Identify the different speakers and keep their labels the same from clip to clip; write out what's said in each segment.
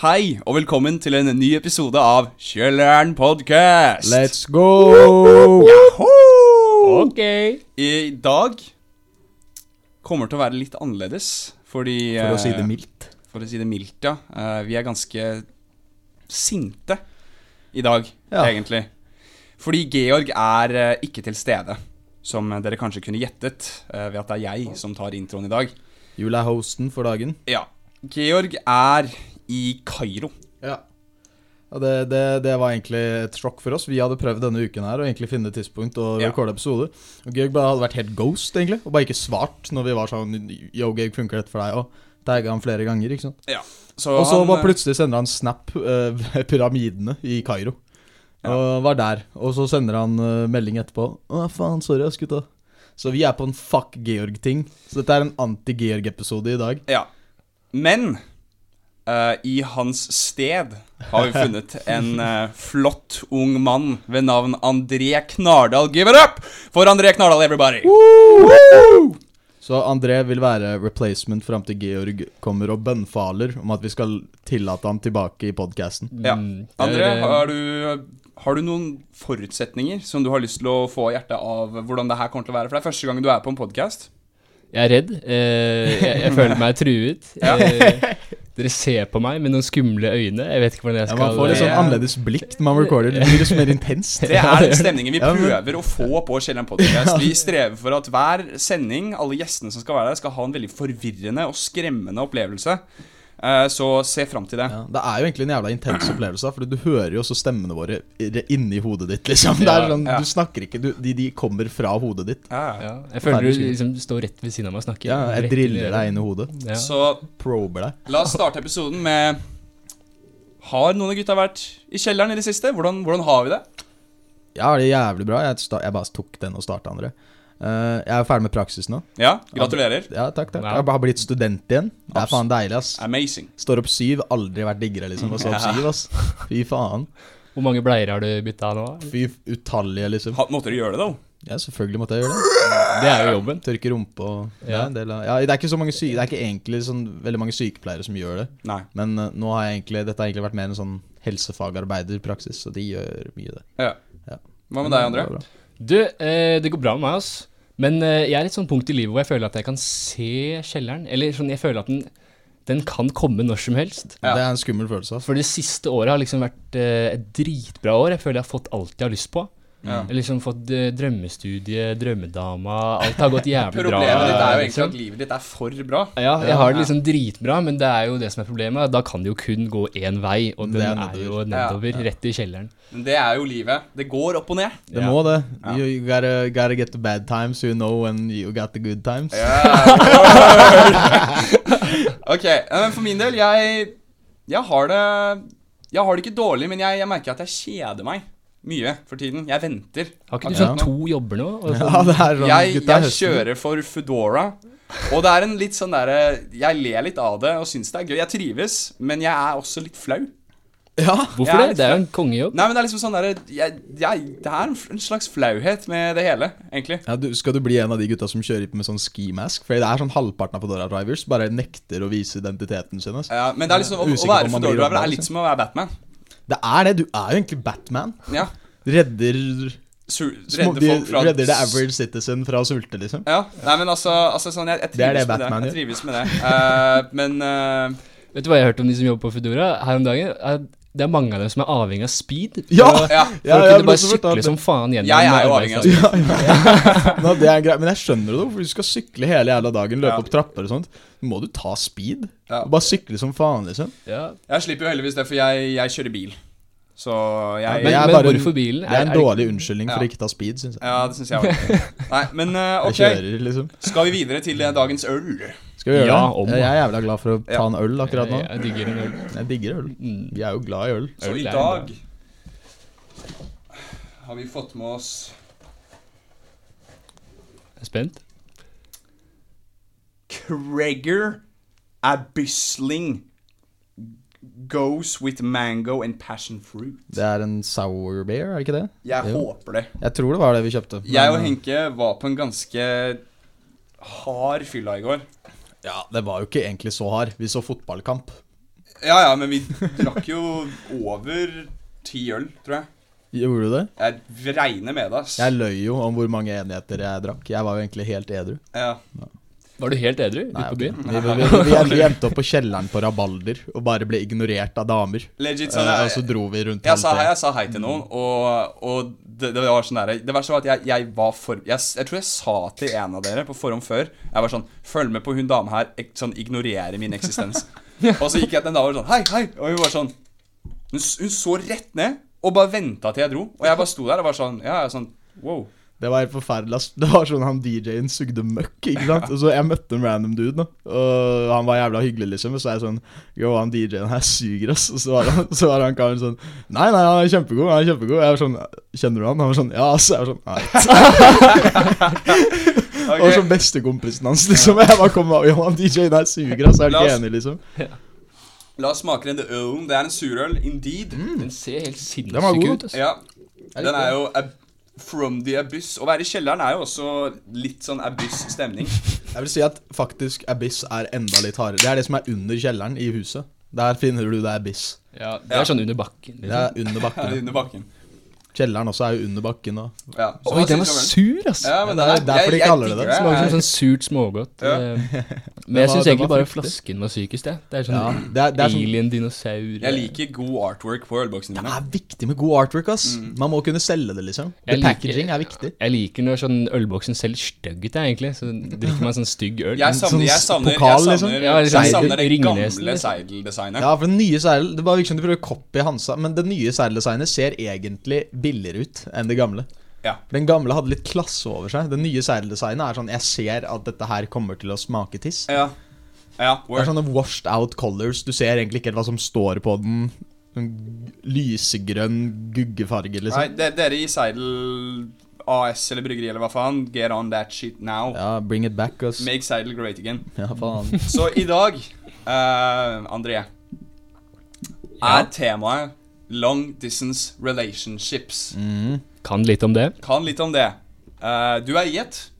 Speaker 1: Hei, og velkommen til en ny episode av Kjelleren podcast.
Speaker 2: Let's go!
Speaker 1: Yahoo!
Speaker 2: Ok.
Speaker 1: I dag kommer til å være litt annerledes, fordi
Speaker 2: For å si
Speaker 1: eh,
Speaker 2: det mildt.
Speaker 1: For å si det mildt, ja. Eh, vi er ganske sinte i dag,
Speaker 2: Ja.
Speaker 1: egentlig. Fordi Georg er eh, ikke til stede, som dere kanskje kunne gjettet eh, ved at det er jeg som tar introen i dag.
Speaker 2: Jul er hosten for dagen.
Speaker 1: Ja. Georg er i Kairo.
Speaker 2: Ja. det, det, det var egentlig et sjokk for oss. Vi hadde prøvd denne uken her å egentlig finne tidspunkt og
Speaker 1: Ja.
Speaker 2: recorde episode. Og Georg bare hadde vært helt ghost, egentlig. Og bare ikke svart når vi var sånn Yo, Georg, funker dette for deg? Og tagga han flere ganger, ikke sant.
Speaker 1: Ja.
Speaker 2: Og så
Speaker 1: han,
Speaker 2: bare
Speaker 1: eh,
Speaker 2: plutselig sender han snap eh, ved pyramidene i Kairo.
Speaker 1: Ja.
Speaker 2: Og var der. Og så sender han eh, melding etterpå. Å, faen, sorry, ass, gutta. Så vi er på en fuck Georg-ting. Så dette er en anti-Georg-episode i dag.
Speaker 1: Ja. Men eh, i hans sted har vi funnet en eh, flott ung mann ved navn André Knardal. Give it up for André Knardal, everybody!
Speaker 2: Så André vil være replacement fram til Georg kommer og bønnfaler om at vi skal tillate han tilbake i podkasten.
Speaker 1: Ja. André,
Speaker 2: eh,
Speaker 3: det-
Speaker 1: har du, har du noen forutsetninger som du har lyst til å få i hjertet av hvordan det her kommer til å være? For det er første gang du er på en podkast.
Speaker 3: Jeg er redd. Eh, jeg, jeg føler meg truet.
Speaker 1: Ja.
Speaker 3: Eh, dere ser på meg med noen skumle øyne. Jeg vet ikke hvordan jeg
Speaker 2: Ja,
Speaker 3: skal
Speaker 2: man får litt sånn
Speaker 1: Ja.
Speaker 2: annerledes blikk når man recorder. Det blir liksom mer intenst.
Speaker 1: Det er den stemningen vi
Speaker 2: Ja, men-
Speaker 1: prøver å få på Kjelleren Podcast. Vi strever for at hver sending, alle gjestene som skal være der, skal ha en veldig forvirrende og skremmende opplevelse. Eh, Så se fram til det.
Speaker 2: Ja, det er jo egentlig en jævla intens opplevelse, da, Fordi du hører jo også stemmene våre i- inni hodet ditt. liksom Det er
Speaker 3: Ja,
Speaker 2: sånn,
Speaker 1: ja.
Speaker 2: Du snakker ikke, du, de, de kommer fra hodet ditt.
Speaker 1: Ja.
Speaker 3: Ja, jeg føler
Speaker 2: Ferdig
Speaker 3: du
Speaker 2: skummel.
Speaker 3: liksom står rett ved siden av meg og snakker.
Speaker 2: Ja, Jeg
Speaker 3: Rett
Speaker 2: driller
Speaker 3: i
Speaker 2: deg
Speaker 3: øret.
Speaker 2: inn i hodet.
Speaker 3: Ja.
Speaker 1: Så
Speaker 2: Prober deg.
Speaker 1: la oss starte episoden med Har noen av gutta vært i kjelleren i det siste? Hvordan, hvordan har vi det?
Speaker 2: Ja, det er jævlig bra. Jeg, sta jeg bare tok den og starta, André. Eh, jeg er ferdig med praksis nå.
Speaker 1: Ja, gratulerer.
Speaker 2: Ja, takk, takk.
Speaker 3: Wow.
Speaker 2: Jeg har blitt student igjen. Det er
Speaker 1: Abs-
Speaker 2: faen deilig, ass.
Speaker 1: Amazing.
Speaker 2: Står opp syv, aldri vært diggere, liksom. Og så opp
Speaker 1: Ja.
Speaker 2: syv, ass. Fy faen.
Speaker 3: Hvor mange bleier har du bytta nå?
Speaker 2: Fy f- utallige, liksom.
Speaker 1: Ha, måtte dere gjøre det, da?
Speaker 2: Ja, selvfølgelig måtte jeg gjøre det.
Speaker 3: Det er jo jobben.
Speaker 2: Tørke rumpe og ja,
Speaker 3: Ja.
Speaker 2: en del av Ja, det er ikke så mange syke Det er ikke egentlig sånn veldig mange sykepleiere som gjør det.
Speaker 1: Nei.
Speaker 2: Men eh, nå har jeg egentlig Dette har egentlig vært mer en sånn helsefagarbeiderpraksis, så de gjør mye det.
Speaker 1: Ja.
Speaker 2: Ja.
Speaker 1: Hva med deg,
Speaker 2: Men det
Speaker 1: André?
Speaker 2: var bra.
Speaker 3: Du, eh, det går bra med meg, ass. Men eh, jeg er et sånn punkt i livet hvor jeg føler at jeg kan se kjelleren. Eller sånn, jeg føler at den, den kan komme når som helst.
Speaker 1: Ja.
Speaker 2: Det er en skummel følelse, altså. ass.
Speaker 3: For det siste året har liksom vært eh, et dritbra år. Jeg føler jeg har fått alt jeg har lyst på.
Speaker 1: Ja.
Speaker 3: Jeg har liksom fått eh, drømmestudie, drømmedama Alt har gått jævlig bra.
Speaker 1: Problemet ditt er jo egentlig
Speaker 3: liksom.
Speaker 1: at livet ditt er for bra.
Speaker 3: ja, jeg har
Speaker 1: Ja.
Speaker 3: det liksom dritbra, men det er jo det som er problemet. Da kan det jo kun gå én vei, og
Speaker 2: Det
Speaker 3: den
Speaker 2: er
Speaker 3: er,
Speaker 2: nedover.
Speaker 3: jo
Speaker 1: Ja.
Speaker 3: nedover, rett i kjelleren.
Speaker 1: Men det er jo livet. Det går opp og ned.
Speaker 2: Det
Speaker 3: Ja.
Speaker 2: må det.
Speaker 1: Ja.
Speaker 2: You you gotta, gotta get the bad times, you know when you got the good times.
Speaker 1: ok, eh, for min del, jeg, jeg har det Jeg har det ikke dårlig, men jeg, jeg merker at jeg kjeder meg mye for tiden. Jeg venter.
Speaker 3: Har ikke du
Speaker 2: Ja.
Speaker 3: sånn to jobber nå? Og sånn,
Speaker 2: Ja, det er sånn,
Speaker 1: jeg,
Speaker 2: gutta er
Speaker 1: jeg
Speaker 2: høsten.
Speaker 1: kjører for Foodora. Og det er en litt sånn derre Jeg ler litt av det og syns det er gøy. Jeg trives, men jeg er også litt flau.
Speaker 2: Ja.
Speaker 3: Hvorfor
Speaker 1: Jeg er
Speaker 3: det? Det er jo en kongejobb.
Speaker 1: Nei, men det er liksom sånn derre jeg, jeg, Det er en f- en slags flauhet med det hele, egentlig.
Speaker 2: Ja, du, skal du bli en av de gutta som kjører med sånn skimask? For det er sånn halvparten av Fodora Drivers bare nekter å vise identiteten sin. altså. ass.
Speaker 1: Ja, men det er liksom, å, å
Speaker 2: Usikker på
Speaker 1: være
Speaker 2: om man blir
Speaker 1: Foodora-driver
Speaker 2: robba,
Speaker 1: er litt
Speaker 2: liksom.
Speaker 1: som å være Batman.
Speaker 2: Det er det, du er jo egentlig Batman.
Speaker 1: Ja,
Speaker 2: Redder,
Speaker 1: Sur,
Speaker 2: små-
Speaker 1: redde
Speaker 2: de,
Speaker 1: folk fra
Speaker 2: redder the average citizen fra å sulte, liksom.
Speaker 1: Ja, nei, men altså, altså sånn, jeg, jeg
Speaker 2: Det er
Speaker 1: trives
Speaker 2: det
Speaker 1: med det.
Speaker 2: Batman
Speaker 1: Jeg
Speaker 2: gjør.
Speaker 1: trives med det. Eh, men eh,
Speaker 3: Vet du hva jeg hørte om de som jobber på Foodora her om dagen? Er- Det er mange av dem som er avhengig av speed. For
Speaker 2: Ja!
Speaker 3: å-
Speaker 1: ja,
Speaker 3: For å
Speaker 2: jeg
Speaker 3: kunne
Speaker 2: ble
Speaker 3: bare
Speaker 2: også fortalt
Speaker 3: sykle
Speaker 2: det.
Speaker 3: som faen gjennom
Speaker 1: Jeg er jo
Speaker 3: arbeidsdagen.
Speaker 1: avhengig av speed.
Speaker 2: ja, ja. Nå, det er greit, men jeg skjønner det, for du skal sykle hele jævla dagen, løpe
Speaker 1: Ja.
Speaker 2: opp trapper og sånt. Så Må du ta speed?
Speaker 1: Ja.
Speaker 2: Og bare sykle som faen, liksom?
Speaker 3: Ja.
Speaker 1: jeg slipper jo heldigvis det, for jeg, jeg kjører bil. Så jeg
Speaker 3: men-
Speaker 2: Det er
Speaker 3: men
Speaker 2: bare en-
Speaker 3: hvorfor bilen?
Speaker 2: Det er en
Speaker 3: Er- er det-
Speaker 2: dårlig unnskyldning for
Speaker 1: Ja.
Speaker 2: å ikke ta speed, syns jeg.
Speaker 1: Ja, det syns jeg òg. Nei, men eh,
Speaker 2: Jeg
Speaker 1: ok.
Speaker 2: kjører, liksom.
Speaker 1: Skal vi videre til eh, dagens øl?
Speaker 2: Skal vi gjøre
Speaker 3: Ja, om.
Speaker 2: det? Jeg er jævla glad for å ta
Speaker 1: Ja.
Speaker 2: en øl akkurat nå.
Speaker 3: Jeg digger en øl.
Speaker 2: Jeg digger øl.
Speaker 3: Mm.
Speaker 2: Vi er jo glad i øl.
Speaker 1: Så i
Speaker 3: Øl er
Speaker 1: dag har vi fått med oss
Speaker 3: Jeg er spent.
Speaker 1: Kreger Abysling Goes with mango and passion fruit.
Speaker 2: Det er en sour beer, er det ikke det?
Speaker 1: Jeg
Speaker 2: Jo.
Speaker 1: håper det.
Speaker 2: Jeg tror det var det vi kjøpte.
Speaker 1: Jeg og
Speaker 2: men- eh,
Speaker 1: Henke var på en ganske hard fylla i går.
Speaker 2: Ja, det var jo ikke egentlig så hard. Vi så fotballkamp.
Speaker 1: Ja ja, men vi drakk jo over ti øl, tror jeg.
Speaker 2: Gjorde du det?
Speaker 1: Jeg regner med det, ass.
Speaker 2: Jeg løy jo om hvor mange enheter jeg drakk. Jeg var jo egentlig helt edru.
Speaker 1: Ja.
Speaker 3: Var du helt edru ute på
Speaker 2: vi,
Speaker 3: byen?
Speaker 2: vi, vi, vi, vi endte opp på kjelleren på Rabalder og bare ble ignorert av damer.
Speaker 1: Legit sånn.
Speaker 2: Eh, Og så
Speaker 1: Jeg,
Speaker 2: dro vi rundt
Speaker 1: jeg, sa hei,
Speaker 2: halv tre.
Speaker 1: jeg sa hei til noen, og, og det, det var sånn der, Det verste var at jeg, jeg var for jeg, s- jeg tror jeg sa til en av dere på forhånd før Jeg var sånn Følg med på hun dame her. ek- Sånn ignorerer min eksistens. Og så gikk jeg til en dame og var sånn Hei, hei. Og hun var sånn Hun, s- hun så rett ned og bare venta til jeg dro. Og jeg bare sto der og var sånn Ja, jeg er sånn Wow.
Speaker 2: Det var helt forferdelig. ass. Det var sånn han DJ-en sugde møkk, ikke sant. Og så jeg møtte en random dude, da. Og han var jævla hyggelig, liksom. Og så er jeg sånn Yo, han DJ-en her suger, ass. Og så var han, så var han karen sånn Nei, nei, han er kjempegod, han er kjempegod. Jeg var sånn Kjenner du han? Han var sånn Ja, ass. Jeg var sånn Nei.
Speaker 1: Ok.
Speaker 2: Han var sånn bestekompisen hans, liksom. Jeg bare kom av Yo, han DJ-en her suger, ass. Jeg er
Speaker 1: La oss-
Speaker 2: ikke enig, liksom.
Speaker 1: La oss smake den The Own. Det er en surøl, indeed.
Speaker 3: Den ser helt
Speaker 2: Den var
Speaker 3: sinnssyk
Speaker 2: god.
Speaker 3: ut. ass.
Speaker 1: Ja. Den er jo ab From the Abyss. Å være i kjelleren er jo også litt sånn abyss-stemning.
Speaker 2: Jeg vil si at faktisk Abyss er enda litt hardere. Det er det som er under kjelleren i huset. Der finner du det Abyss.
Speaker 3: Ja, det er sånn under bakken.
Speaker 2: Det er under bakken.
Speaker 1: Under bakken.
Speaker 2: Kjelleren også er jo under bakken. Og.
Speaker 1: Ja. så
Speaker 3: Oi,
Speaker 1: hva
Speaker 3: den
Speaker 1: synes du
Speaker 3: var
Speaker 1: om
Speaker 3: sur, ass.
Speaker 1: Ja, men
Speaker 2: Ja, det er
Speaker 1: den
Speaker 2: derfor
Speaker 1: jeg-
Speaker 2: de
Speaker 1: jeg
Speaker 2: kaller det
Speaker 1: digger
Speaker 2: det.
Speaker 3: Smaker som sånn surt smågodt.
Speaker 1: Ja.
Speaker 3: eh, Men
Speaker 2: Den var-
Speaker 3: jeg syns
Speaker 2: den
Speaker 3: egentlig
Speaker 2: var
Speaker 3: bare
Speaker 2: fruktig.
Speaker 3: flasken var sykest, jeg. Det er sånn
Speaker 2: Ja, det er, det er sånn
Speaker 3: alien-dinosaur
Speaker 1: Jeg liker god artwork på ølboksene
Speaker 2: det
Speaker 1: mine.
Speaker 2: er viktig med god artwork, ass. Man må kunne selge det, liksom.
Speaker 3: Jeg
Speaker 2: The
Speaker 3: liker-
Speaker 2: packaging er viktig.
Speaker 3: Jeg liker når sånn ølboksen ser litt stygg ut, jeg, egentlig. Så drikker man sånn stygg øl.
Speaker 1: Jeg savner, jeg
Speaker 2: sånn
Speaker 1: savner, jeg
Speaker 2: pokal, liksom.
Speaker 1: savner,
Speaker 3: Ja,
Speaker 1: jeg
Speaker 3: liksom
Speaker 1: savner det gamle
Speaker 3: ringnesen, liksom.
Speaker 1: seideldesignet.
Speaker 2: Ja, for den nye seil, Det bare virker som de prøver å copy Hansa, men det nye seildesignet ser egentlig billigere ut enn det gamle.
Speaker 1: Ja.
Speaker 2: Den gamle hadde litt klasse over seg. Det nye seildesignet er sånn Jeg ser at dette her kommer til å smake tiss.
Speaker 1: Ja. ja
Speaker 2: Det
Speaker 1: word.
Speaker 2: er sånn- sånne washed out colors. Du ser egentlig ikke helt hva som står på den. En lysegrønn guggefarge,
Speaker 1: Nei,
Speaker 2: liksom.
Speaker 1: de, dere i Seidel AS eller bryggeri eller hva faen, get on that shit now.
Speaker 2: Ja, bring it back, ass.
Speaker 1: Make Seidel great again.
Speaker 2: Ja, faen.
Speaker 1: Så i dag, eh, André, er temaet long distance relationships.
Speaker 2: Mm.
Speaker 3: Sånn- Kan litt om det.
Speaker 1: Kan litt om det. Eh, du er i et.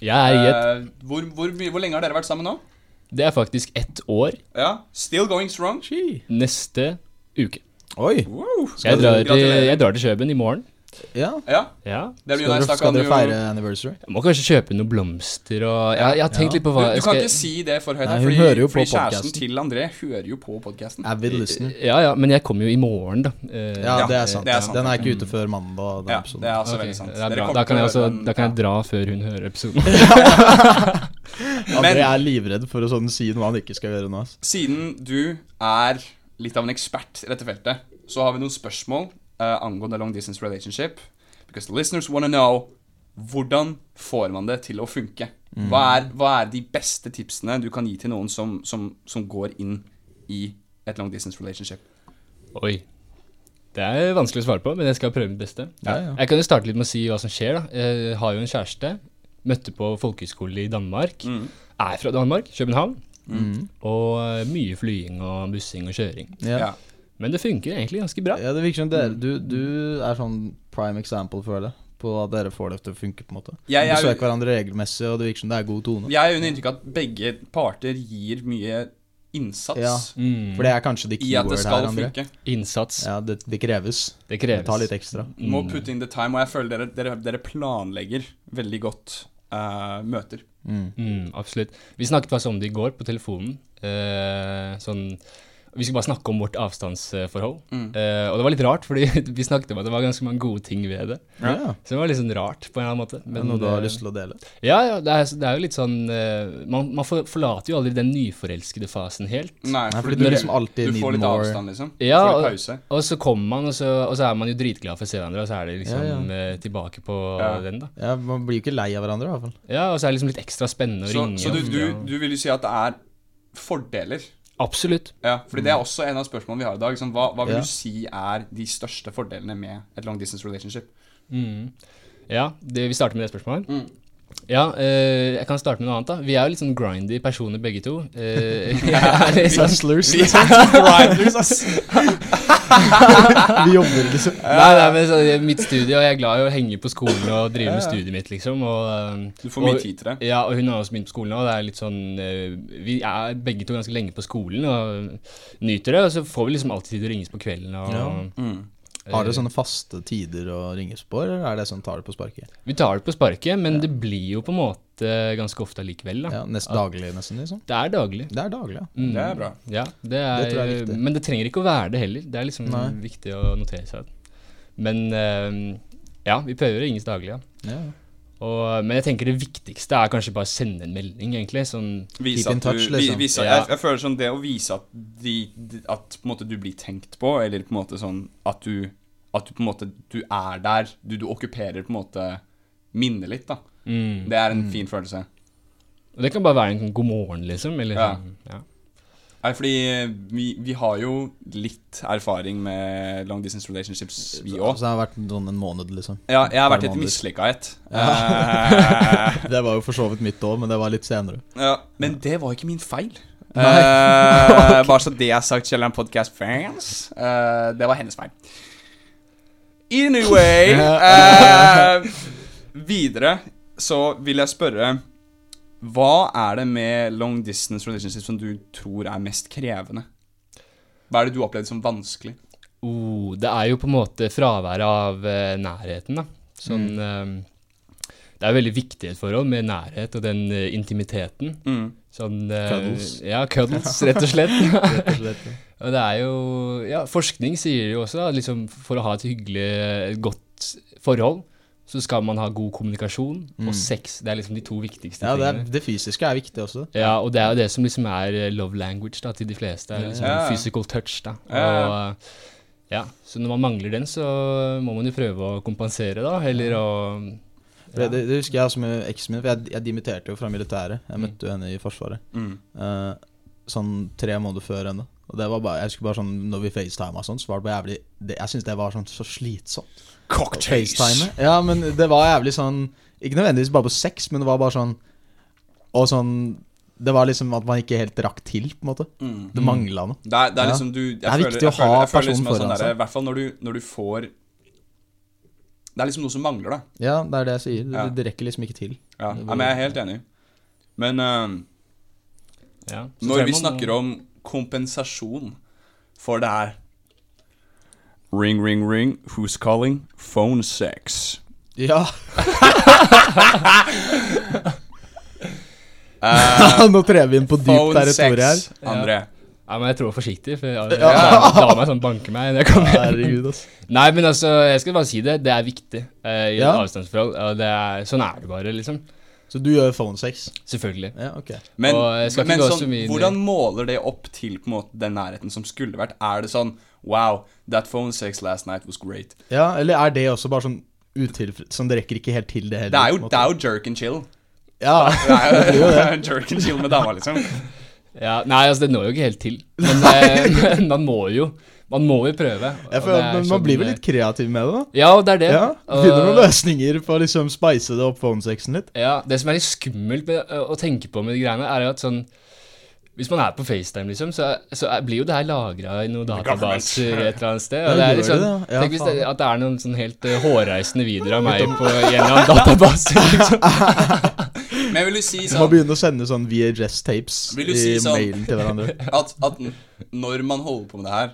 Speaker 3: Jeg er i et
Speaker 1: Eh, hvor, hvor, mye- hvor lenge har dere vært sammen nå?
Speaker 3: Det er faktisk ett år
Speaker 1: Ja, Still going strong.
Speaker 3: neste uke.
Speaker 2: Oi.
Speaker 1: Wow.
Speaker 3: Jeg
Speaker 2: du-
Speaker 3: drar, til,
Speaker 1: gratulerer.
Speaker 3: jeg drar til Kjøben i morgen.
Speaker 2: Ja.
Speaker 1: Ja,
Speaker 3: Ja.
Speaker 1: det blir jo
Speaker 2: Skal
Speaker 1: nice.
Speaker 2: dere,
Speaker 1: Da
Speaker 2: skal
Speaker 1: kan du
Speaker 2: dere
Speaker 1: jo
Speaker 2: feire anniversary?
Speaker 3: Jeg må kanskje kjøpe noen blomster og Jeg, jeg har tenkt
Speaker 2: Ja.
Speaker 3: litt på
Speaker 1: Du,
Speaker 3: hva
Speaker 1: du
Speaker 3: jeg
Speaker 1: kan
Speaker 3: skal-
Speaker 1: ikke si det for høyt,
Speaker 2: Nei,
Speaker 1: her,
Speaker 2: hun
Speaker 1: fordi,
Speaker 2: hører jo på
Speaker 1: fordi kjæresten
Speaker 2: podcasten.
Speaker 1: til André hører jo på podkasten.
Speaker 2: Avid listener.
Speaker 3: Ja, ja, men jeg kommer jo i morgen, da.
Speaker 2: Ja,
Speaker 3: Eh,
Speaker 1: Eh, Ja,
Speaker 2: det er sant.
Speaker 1: det er sant.
Speaker 2: Den er ikke ute før mandag. Den
Speaker 1: Ja,
Speaker 2: episoden.
Speaker 1: det er altså
Speaker 3: ok,
Speaker 1: veldig sant.
Speaker 3: det er
Speaker 1: Dere
Speaker 3: bra.
Speaker 1: kommer
Speaker 3: Da kan
Speaker 1: til
Speaker 3: jeg,
Speaker 1: å
Speaker 3: også,
Speaker 1: høre den.
Speaker 3: da kan jeg dra før hun hører episoden.
Speaker 2: André
Speaker 1: Men-
Speaker 2: er livredd for å sånn si noe han ikke skal gjøre nå. ass.
Speaker 1: Siden du er litt av en ekspert i dette feltet, så har vi noen spørsmål eh, angående long distance relationship. Because the listeners wanna know hvordan får man det til å funke? Hva,
Speaker 2: Mm.
Speaker 1: er, hva er de beste tipsene du kan gi til noen som, som, som går inn i et long distance relationship?
Speaker 3: Oi. Det er vanskelig å svare på, men jeg skal prøve mitt beste.
Speaker 2: Ja, ja.
Speaker 3: Jeg kan jo starte litt med å si hva som skjer. da. Jeg har jo en kjæreste. Møtte på folkehøyskole i Danmark.
Speaker 1: Mm.
Speaker 3: Er fra Danmark, København. Og eh, mye flying og bussing og kjøring.
Speaker 2: Ja.
Speaker 1: Ja.
Speaker 3: Men det funker egentlig ganske bra.
Speaker 2: ja, det virker som dere du, du er sånn prime example, føler jeg, på at dere får det til å funke. på en måte
Speaker 1: Jeg-
Speaker 2: Du
Speaker 1: jeg-
Speaker 2: besøker hverandre regelmessig, og det virker som det er god tone.
Speaker 1: Jeg er under inntrykk av at begge parter gir mye innsats
Speaker 2: Ja. For det er kanskje det
Speaker 1: i at det
Speaker 2: keyword
Speaker 1: skal
Speaker 2: her, André.
Speaker 1: funke.
Speaker 3: Mm. Innsats.
Speaker 2: Ja, det, det kreves.
Speaker 3: Det
Speaker 2: Det tar
Speaker 3: kreves.
Speaker 2: litt ekstra.
Speaker 1: Må put in the time, og jeg føler dere, dere, dere planlegger veldig godt eh, møter.
Speaker 3: Mm, absolutt. Vi snakket faktisk om det i går på telefonen. Eh, sånn, vi skulle bare snakke om vårt avstandsforhold.
Speaker 2: Mm.
Speaker 3: Eh, og det var litt rart, fordi vi snakket om at det var ganske mange gode ting ved det.
Speaker 2: Ja.
Speaker 3: Så det var litt sånn rart på en eller annen måte.
Speaker 2: Men, noe du har
Speaker 3: eh,
Speaker 2: lyst til å dele?
Speaker 3: Ja, ja, det er, det er jo litt sånn eh, Man, man for- forlater jo aldri den nyforelskede fasen helt.
Speaker 1: Nei,
Speaker 2: Nei,
Speaker 1: fordi
Speaker 2: fordi du
Speaker 1: du,
Speaker 2: liksom alltid
Speaker 1: du
Speaker 2: need
Speaker 1: får litt
Speaker 2: more.
Speaker 1: avstand, liksom.
Speaker 3: Ja,
Speaker 1: får litt
Speaker 3: og-
Speaker 1: pause.
Speaker 3: Og så kommer man, og så, og så er man jo dritglad for å se hverandre, og så er det liksom
Speaker 2: Ja, ja.
Speaker 3: eh, tilbake på
Speaker 1: Ja.
Speaker 3: den, da.
Speaker 2: Ja, Man blir jo ikke lei av hverandre, i hvert fall.
Speaker 3: Ja, og så er det liksom litt ekstra spennende å
Speaker 1: Så,
Speaker 3: ringe.
Speaker 1: så du,
Speaker 3: og-
Speaker 1: du,
Speaker 3: ja.
Speaker 1: du vil jo si at det er fordeler?
Speaker 3: Absolutt.
Speaker 1: Ja, fordi det er også en av spørsmålene vi har i dag. Liksom, hva, hva vil
Speaker 2: Mm. Ja.
Speaker 1: du si er de største fordelene med et long distance relationship?
Speaker 3: Mm. Ja, det, vi starter med det spørsmålet.
Speaker 1: Mm.
Speaker 3: Ja, eh, jeg kan starte med noe annet, da. Vi er jo litt sånn grindy personer, begge to. Eh, jeg er litt sånn-
Speaker 2: Hustlers,
Speaker 1: Vi
Speaker 2: liksom.
Speaker 1: er grinders, ass.
Speaker 2: Vi jobber, liksom.
Speaker 3: Nei, nei, men så, det er mitt studie, og jeg er glad i å henge på skolen og drive med studiet mitt, liksom. Og, eh,
Speaker 1: Du får mye
Speaker 3: og-
Speaker 1: tid til det.
Speaker 3: Ja, og hun har også begynt på skolen nå, og det er litt sånn eh, Vi er begge to ganske lenge på skolen og nyter det, og så får vi liksom alltid tid til å ringes på kvelden og
Speaker 2: Ja.
Speaker 1: Mm.
Speaker 3: eh,
Speaker 2: Har dere sånne faste tider å ringes på, eller er det sånn tar det på sparket?
Speaker 3: Vi tar det på sparket, men det blir jo på en måte ganske ofte allikevel, da.
Speaker 2: Ja, Nesten daglig, nesten, liksom?
Speaker 3: Det er daglig.
Speaker 2: Det er daglig, ja.
Speaker 3: Mm.
Speaker 1: Det er bra.
Speaker 3: Ja, det er,
Speaker 2: Det tror jeg er viktig.
Speaker 3: Men det trenger ikke å være det heller. Det er liksom
Speaker 2: Nei.
Speaker 3: viktig å notere seg. Men eh, ja, vi prøver å ringes daglig, ja.
Speaker 2: ja. ja.
Speaker 3: Og, men jeg tenker det viktigste er kanskje bare å sende en melding, egentlig. Sånn
Speaker 1: Vise at
Speaker 2: Keep in
Speaker 1: du,
Speaker 2: touch,
Speaker 1: vi-
Speaker 2: liksom.
Speaker 1: vise,
Speaker 3: Ja.
Speaker 1: jeg, jeg føler sånn det å vise at, de, de- at på en måte du blir tenkt på, eller på en måte sånn at du, at du på en måte du er der, du, du okkuperer på en måte minnet litt, da.
Speaker 3: mm.
Speaker 1: Det er en fin følelse.
Speaker 3: Og det kan bare være en sånn god morgen, liksom. Eller
Speaker 1: Ja.
Speaker 3: sånn, ja.
Speaker 1: Nei, fordi eh, vi, vi har jo litt erfaring med long distance relationships, vi òg.
Speaker 2: Så det har vært sånn en måned, liksom.
Speaker 1: Ja, jeg har vært
Speaker 2: Par
Speaker 1: litt
Speaker 2: måneder.
Speaker 1: mislykka et. Eh,
Speaker 2: Det var jo for så vidt mitt òg, men det var litt senere.
Speaker 1: ja, men det var ikke min feil.
Speaker 2: Nei.
Speaker 1: Eh, bare så det er sagt, Kielland Podcast fans. Eh, det var hennes feil. Anyway eh, Videre så vil jeg spørre Hva er det med long distance relationships som du tror er mest krevende? Hva er det du opplevde som vanskelig?
Speaker 3: Oh, det er jo på en måte fraværet av eh, nærheten, da. Sånn eh, Det er jo veldig viktig i et forhold med nærhet og den eh, intimiteten.
Speaker 1: Mm.
Speaker 3: Sånn eh,
Speaker 2: Cuddles.
Speaker 3: Ja, cuddles, rett og slett.
Speaker 2: Rett og slett.
Speaker 3: Og det er jo Ja, forskning sier jo også da, liksom for å ha et hyggelig, et godt forhold, så skal man ha god kommunikasjon
Speaker 2: Mm.
Speaker 3: og sex. Det er liksom de to viktigste
Speaker 2: Ja, det, er,
Speaker 3: tingene.
Speaker 2: det fysiske er viktig også.
Speaker 3: Ja, og det er jo det som liksom er eh, love language da, til de fleste. er liksom
Speaker 1: Ja.
Speaker 3: Physical touch, da. Og,
Speaker 1: Ja.
Speaker 3: eh, ja, så når man mangler den, så må man jo prøve å kompensere, da. Eller å
Speaker 2: For Det, det husker jeg også med eksen min, for jeg, jeg dimitterte jo fra militæret. Jeg møtte jo henne i Forsvaret
Speaker 1: Mm.
Speaker 2: eh, sånn tre måneder før henne. Og det var bare, jeg husker bare sånn, Når vi facetima og sånn, så var det bare jævlig det, Jeg syns det var sånn så slitsomt. å FaceTime. Ja, men det var jævlig sånn Ikke nødvendigvis bare på sex, men det var bare sånn Og sånn Det var liksom at man ikke helt rakk til, på en måte.
Speaker 1: Mm.
Speaker 2: Det mangla noe.
Speaker 1: Det er, det er
Speaker 2: Ja.
Speaker 1: liksom du jeg
Speaker 2: Det er
Speaker 1: føler-
Speaker 2: viktig
Speaker 1: jeg
Speaker 2: å
Speaker 1: føler-
Speaker 2: ha
Speaker 1: jeg føler
Speaker 2: personen
Speaker 1: liksom at
Speaker 2: foran
Speaker 1: sånn
Speaker 2: seg.
Speaker 1: der, I hvert fall når du, når du får Det er liksom noe som mangler, da.
Speaker 2: Ja, det er det jeg sier. Det,
Speaker 1: Ja.
Speaker 2: det rekker liksom ikke til.
Speaker 1: Ja,
Speaker 2: Det
Speaker 1: ja
Speaker 2: blir-
Speaker 1: men Jeg er helt enig. Men eh,
Speaker 3: ja.
Speaker 1: når vi snakker om kompensasjon for det her Ring, ring, ring. Who's calling? Phone sex.
Speaker 2: Ja,
Speaker 1: Eh,
Speaker 2: nå trer vi inn på dypt
Speaker 1: phone
Speaker 2: territorium her.
Speaker 1: sex, André.
Speaker 3: Ja, men jeg tror forsiktig, for ja, dama dama sånn banker meg når jeg kommer hjem.
Speaker 2: Herregud, ass.
Speaker 3: Nei, men altså, jeg skal bare si det. Det er viktig eh, i et
Speaker 2: Ja.
Speaker 3: avstandsforhold. Og det er, sånn er det bare, liksom.
Speaker 2: Så du gjør phone sex?
Speaker 3: Selvfølgelig.
Speaker 2: Ja, ok.
Speaker 1: Men,
Speaker 3: Og jeg skal ikke
Speaker 1: men
Speaker 3: gå så
Speaker 1: sånn,
Speaker 3: mye inn i-
Speaker 1: hvordan måler det opp til på en måte, den nærheten som skulle vært? Er det sånn Wow, that phone sex last night was great.
Speaker 2: Ja, eller er det også bare sånn utilfreds... Sånn, det rekker ikke helt til det heller.
Speaker 1: Det er jo,
Speaker 2: på en måte.
Speaker 1: det er jo jerk and chill.
Speaker 2: Ja,
Speaker 1: Det er jo jerk and chill med dama, liksom.
Speaker 3: Ja, nei, altså, det når jo ikke helt til. Men eh, men man må jo. Man må jo prøve. og
Speaker 2: jeg føler,
Speaker 3: det er
Speaker 2: men
Speaker 3: sånn,
Speaker 2: man blir vel
Speaker 3: eh,
Speaker 2: litt kreativ med det, da.
Speaker 3: Ja, og det er det.
Speaker 2: Ja,
Speaker 3: Og-
Speaker 2: Finner noen løsninger for å liksom spice det opp phone-sexen litt.
Speaker 3: Ja, Det som er litt skummelt med, ø, å tenke på med de greiene, er jo at sånn Hvis man er på FaceTime, liksom, så, er- så er, blir jo det her lagra i noen databaser et eller annet sted. Og
Speaker 2: Ja,
Speaker 3: det er
Speaker 2: gjør
Speaker 3: litt sånn,
Speaker 2: det det? Ja,
Speaker 3: Tenk hvis det,
Speaker 2: faen.
Speaker 3: at det er noen sånn helt ø, hårreisende videoer av meg på i en eller annen database. Liksom.
Speaker 1: Men jeg vil jo si
Speaker 2: Så man
Speaker 1: sånn
Speaker 2: begynner å sende sånn VHS-tapes
Speaker 1: Vil du
Speaker 2: i
Speaker 1: si sånn-
Speaker 2: mailen til hverandre.
Speaker 1: at, at n- når man holder på med det her,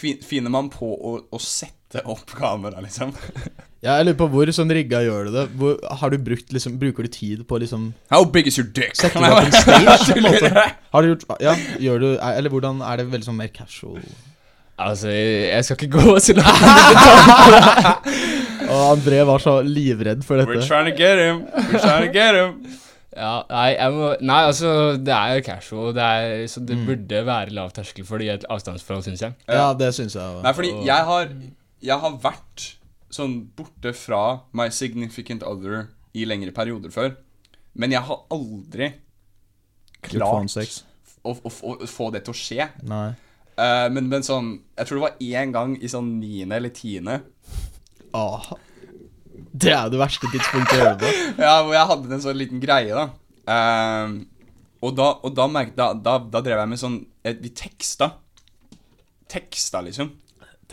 Speaker 1: fi- finner man på å, å sette opp kamera, liksom?
Speaker 2: Ja, jeg lurer på hvor sånn rigga gjør du det? Hvor, har du brukt liksom Bruker du tid på liksom
Speaker 1: How big is your dick?
Speaker 2: Setter du opp en stage, på en måte? Har du gjort Ja, gjør du er- Eller hvordan er det veldig sånn mer casual?
Speaker 3: Altså, jeg, jeg skal ikke gå så langt.
Speaker 2: Og André var så livredd for
Speaker 1: We're
Speaker 2: dette.
Speaker 1: trying to get him. We're trying to get him.
Speaker 3: Ja, nei, jeg må, nei, altså, det er jo casual, det er, så det
Speaker 2: Mm.
Speaker 3: burde være lav terskel for det i et avstandsforhold, syns jeg.
Speaker 2: Ja, det syns jeg.
Speaker 1: Nei, fordi jeg har, jeg har vært sånn borte fra my significant other i lengre perioder før. Men jeg har aldri
Speaker 2: Gjort
Speaker 1: klart
Speaker 2: phone-sex.
Speaker 1: å, å, å, å få det til å skje.
Speaker 2: Nei.
Speaker 1: Eh, men, men sånn Jeg tror det var én gang i sånn niende eller tiende
Speaker 2: Ah, Det er det verste tidspunktet å gjøre det på.
Speaker 1: Ja, hvor jeg hadde en sånn liten greie, da. Ehm, og da, og da, merkte, da, da, da drev jeg med sånn eh, Vi teksta. Teksta, liksom.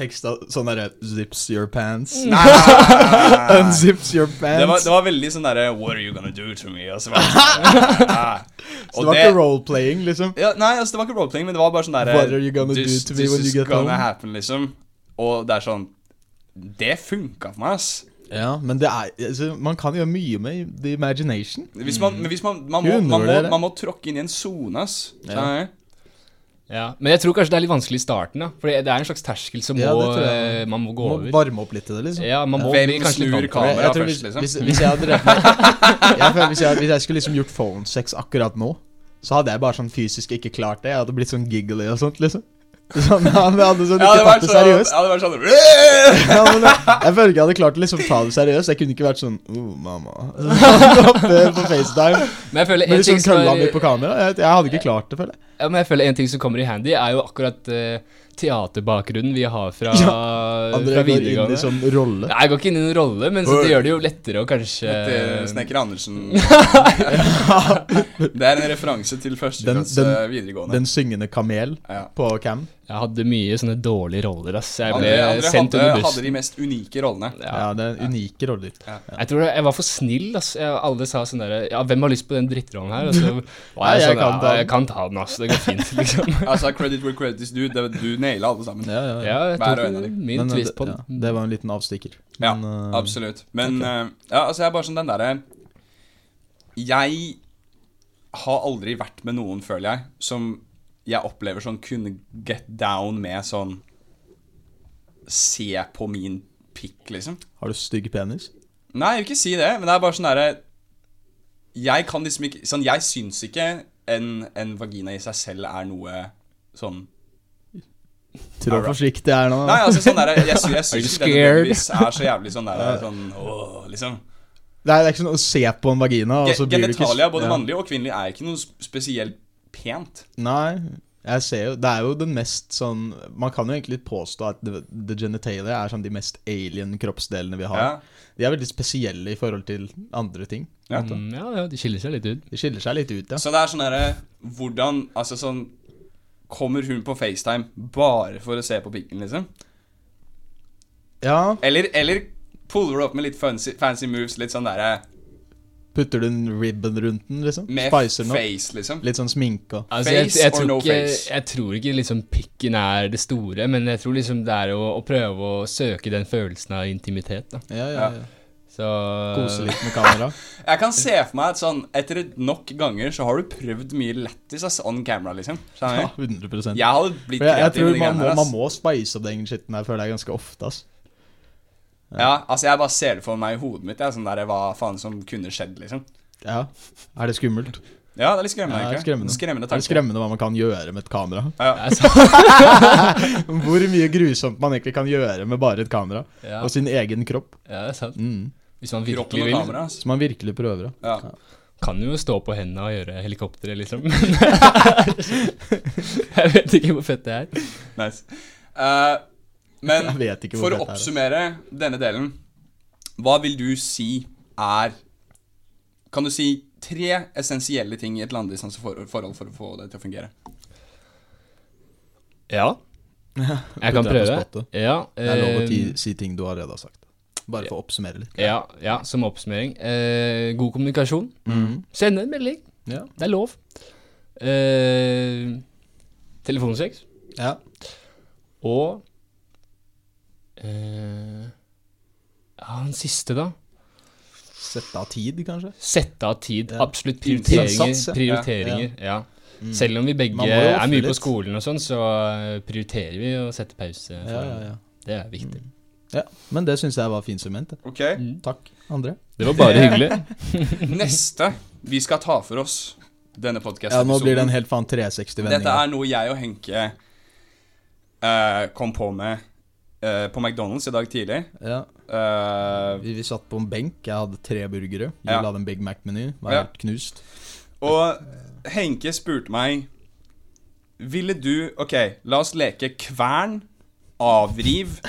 Speaker 2: Teksta sånn derre Zips your pants.
Speaker 1: Nei, nei, nei, nei, nei, nei.
Speaker 2: Unzips your pants.
Speaker 1: Det var, det var veldig sånn derre What are you gonna do to me? Og så var det sånn, "Ah."
Speaker 2: Så det var ikke role-playing, liksom.
Speaker 1: ja, Nei, altså, det var ikke roleplaying, men det var bare sånn derre
Speaker 2: What are you gonna
Speaker 1: "This-
Speaker 2: do to me when
Speaker 1: This is
Speaker 2: you get
Speaker 1: gonna
Speaker 2: home?"
Speaker 1: happen, liksom. Og det er sånn Det funka for meg, ass.
Speaker 2: Ja, men det er, altså, man kan gjøre mye med the imagination.
Speaker 1: Hvis man, men hvis man, man, må,
Speaker 2: Hun
Speaker 1: man,
Speaker 2: undervurderer
Speaker 1: må,
Speaker 2: det.
Speaker 1: man må tråkke inn i en sone, ass.
Speaker 2: Ja.
Speaker 1: Skjønner du?
Speaker 3: Ja. Men jeg tror kanskje det er litt vanskelig i starten, da. For det er en slags terskel som
Speaker 2: Ja,
Speaker 3: må,
Speaker 2: det tror jeg.
Speaker 3: eh, man må gå
Speaker 2: Må
Speaker 3: over.
Speaker 2: varme opp litt til det, liksom.
Speaker 3: Ja, man må
Speaker 1: Hvem
Speaker 3: bli kanskje
Speaker 1: snur
Speaker 3: litt vant til
Speaker 1: kameraet?
Speaker 2: Jeg-
Speaker 3: det.
Speaker 2: jeg tror
Speaker 1: først, liksom.
Speaker 2: hvis, hvis jeg hadde drept meg jeg, føler hvis, jeg, hvis jeg skulle liksom gjort phone sex akkurat nå, så hadde jeg bare sånn fysisk ikke klart det. Jeg hadde blitt sånn giggly og sånt, liksom. Sånn, han hadde sånn
Speaker 1: Ja,
Speaker 2: ikke
Speaker 1: det var
Speaker 2: tatt det
Speaker 1: sånn,
Speaker 2: seriøst. Eh.
Speaker 1: ja, det var sånn
Speaker 2: Ja, men jeg, jeg føler ikke jeg hadde klart å liksom ta det seriøst. Jeg kunne ikke vært sånn oh, mamma. Sånn Oppe på FaceTime
Speaker 3: Men jeg føler
Speaker 2: med
Speaker 3: en ting
Speaker 2: liksom
Speaker 3: som
Speaker 2: kølla mi
Speaker 3: er-
Speaker 2: på kamera. Jeg, jeg hadde ikke klart det, føler jeg.
Speaker 3: Ja, men jeg føler en ting som kommer i handy, er jo akkurat eh, teaterbakgrunnen vi har fra, fra
Speaker 2: Andre går inn
Speaker 3: videregående.
Speaker 2: i sånn rolle.
Speaker 3: Nei, jeg går ikke inn i noen rolle, men så det gjør det jo lettere å kanskje
Speaker 1: Etter Snekker Andersen. det er en referanse til første
Speaker 2: Den-
Speaker 1: klasse
Speaker 2: den-
Speaker 1: videregående.
Speaker 2: Den syngende kamel
Speaker 1: ja.
Speaker 2: på cam.
Speaker 3: Jeg hadde mye sånne dårlige roller, ass. Jeg ble
Speaker 1: Andre, andre
Speaker 3: sendt
Speaker 1: hadde,
Speaker 3: under
Speaker 1: hadde
Speaker 3: bussen.
Speaker 1: de mest unike rollene.
Speaker 3: Ja.
Speaker 2: Ja, det er unike roller.
Speaker 3: Jeg tror jeg var for snill, ass. Jeg, alle sa sånn derre Ja, hvem har lyst på den drittrollen her? Og så var
Speaker 2: Nei,
Speaker 3: jeg
Speaker 2: jeg
Speaker 3: sånn
Speaker 2: kan ta
Speaker 3: Ja,
Speaker 2: den.
Speaker 3: jeg kan ta den, ass. Det går fint, liksom.
Speaker 1: Altså, credit where credit is due. det- Du naila alle sammen.
Speaker 2: Ja, ja,
Speaker 3: Ja, jeg
Speaker 1: Hver og
Speaker 3: tok
Speaker 1: en av de.
Speaker 3: min
Speaker 2: Men, eh,
Speaker 3: twist på
Speaker 2: det-
Speaker 3: den.
Speaker 2: Ja, det var en liten avstikker.
Speaker 1: Ja,
Speaker 2: eh,
Speaker 1: Absolutt. Men eh, ja, altså, jeg er bare sånn den derre Jeg har aldri vært med noen, føler jeg, som jeg opplever sånn kunne get down med sånn Se på min pikk, liksom.
Speaker 2: Har du stygg penis?
Speaker 1: Nei, jeg vil ikke si det, men det er bare sånn derre Jeg kan liksom ikke Sånn, jeg syns ikke en, en vagina i seg selv er noe sånn
Speaker 2: Trå
Speaker 1: Alright.
Speaker 2: forsiktig her nå.
Speaker 1: Nei, altså sånn derre Jeg, sy- jeg
Speaker 3: Are you
Speaker 1: syns ikke det
Speaker 3: scared?
Speaker 1: nødvendigvis er så jævlig sånn derre sånn åh, liksom.
Speaker 2: Nei, det er ikke sånn å se på en vagina, og
Speaker 1: Ge-
Speaker 2: så blir du ikke
Speaker 1: Genitalia, både
Speaker 2: altså ja.
Speaker 1: mannlig og kvinnelig, er ikke noe sp- spesielt pent.
Speaker 2: Nei, jeg ser jo Det er jo den mest sånn Man kan jo egentlig påstå at the, the genitalia er sånn de mest alien kroppsdelene vi har.
Speaker 1: Ja.
Speaker 2: De er veldig spesielle i forhold til andre ting.
Speaker 1: Ja.
Speaker 3: Mm, ja, ja, de skiller seg litt ut.
Speaker 2: De skiller seg litt ut, ja.
Speaker 1: Så det er sånn derre Hvordan Altså sånn Kommer hun på FaceTime bare for å se på pikken, liksom?
Speaker 2: Ja,
Speaker 1: Eller, eller puller du opp med litt fancy, fancy moves, litt sånn derre
Speaker 2: Putter du en ribbon rundt den, liksom?
Speaker 1: Med
Speaker 2: Spicer den opp?
Speaker 1: face, liksom?
Speaker 2: Litt sånn sminke og
Speaker 3: Altså, jeg,
Speaker 1: Face
Speaker 3: jeg,
Speaker 1: or
Speaker 3: tror
Speaker 1: no
Speaker 3: ikke,
Speaker 1: face?
Speaker 3: jeg tror ikke liksom pikken er det store, men jeg tror liksom det er å, å prøve å søke den følelsen av intimitet. da.
Speaker 2: ja, ja, ja.
Speaker 3: Så
Speaker 2: Kose litt med kamera.
Speaker 1: Jeg kan se for meg at sånn, etter et nok ganger så har du prøvd mye lættis ass, on camera, liksom.
Speaker 2: Ja,
Speaker 1: Skjønner du?
Speaker 2: 100
Speaker 1: Jeg hadde blitt
Speaker 2: For jeg, jeg
Speaker 1: kreativ med
Speaker 2: tror
Speaker 1: de
Speaker 2: man
Speaker 1: greiene
Speaker 2: må,
Speaker 1: her,
Speaker 2: man
Speaker 1: ass.
Speaker 2: må spice opp den skitten her, føler jeg, ganske ofte. ass.
Speaker 1: Ja, altså jeg bare ser det for meg i hodet mitt, jeg, sånn der, hva faen som kunne skjedd, liksom.
Speaker 2: Ja. Er det skummelt?
Speaker 1: Ja, det er litt skremmende,
Speaker 2: Ja, det er
Speaker 1: egentlig.
Speaker 2: skremmende.
Speaker 1: Skremmende
Speaker 2: Er det
Speaker 1: tanke.
Speaker 2: skremmende hva man kan gjøre med et kamera?
Speaker 1: Ja.
Speaker 3: Ja, så-
Speaker 2: Hvor mye grusomt man egentlig kan gjøre med bare et kamera
Speaker 3: ja,
Speaker 2: og sin egen kropp.
Speaker 3: ja, det er sant.
Speaker 2: Mm.
Speaker 3: Hvis man
Speaker 1: Kroppen
Speaker 3: virkelig
Speaker 1: og
Speaker 3: vil.
Speaker 1: kamera, ass.
Speaker 2: Så man virkelig prøver. da.
Speaker 1: Ja.
Speaker 3: Kan jo stå på hendene og gjøre helikopteret, liksom. jeg vet ikke hvor fett det er.
Speaker 1: Nice. Eh, men
Speaker 2: Jeg vet ikke
Speaker 1: for
Speaker 2: hvor
Speaker 1: å
Speaker 2: fett det er, ass.
Speaker 1: oppsummere denne delen, hva vil du si er Kan du si tre essensielle ting i et langdistanseforhold for å få det til å fungere?
Speaker 3: Ja. Jeg kan
Speaker 2: Putter jeg på
Speaker 3: prøve.
Speaker 2: spottet.
Speaker 3: Ja,
Speaker 2: Det er lov å
Speaker 3: eh,
Speaker 2: ti, si ting du allerede har sagt. Bare for å oppsummere litt.
Speaker 3: ja, ja, som oppsummering. Eh, god kommunikasjon.
Speaker 1: Mm.
Speaker 3: Sende en melding.
Speaker 2: Ja.
Speaker 3: Det er lov. Eh, telefonsex.
Speaker 2: ja.
Speaker 3: Og eh, Ja, den siste, da.
Speaker 2: Sette av tid, kanskje.
Speaker 3: Sette av tid.
Speaker 2: Ja.
Speaker 3: Absolutt prioriteringer.
Speaker 2: Innsats, ja. Mm.
Speaker 3: prioriteringer ja. Selv om vi
Speaker 2: Man
Speaker 3: begge
Speaker 2: må jo
Speaker 3: er mye
Speaker 2: ofre
Speaker 3: på
Speaker 2: litt.
Speaker 3: skolen, og sånn, så eh, prioriterer vi å sette pause. For
Speaker 2: Ja, ja, ja.
Speaker 3: Det er viktig.
Speaker 2: ja. Men det syns jeg var fint sement. det.
Speaker 1: Ok,
Speaker 2: Takk, André.
Speaker 3: Det var bare hyggelig.
Speaker 1: Neste vi skal ta for oss denne podkasten.
Speaker 2: Ja, nå blir det en helt faen 360-vending.
Speaker 1: Dette er noe jeg og Henke eh, kom på med eh, på McDonald's i dag tidlig.
Speaker 2: Ja.
Speaker 1: Eh,
Speaker 2: Vi, vi satt på en benk, jeg hadde tre burgere. Jul
Speaker 1: Ja.
Speaker 2: hadde en Big Mac-meny. Var
Speaker 1: Ja.
Speaker 2: helt knust.
Speaker 1: og Henke spurte meg Ville du Ok, la oss leke kvern, avriv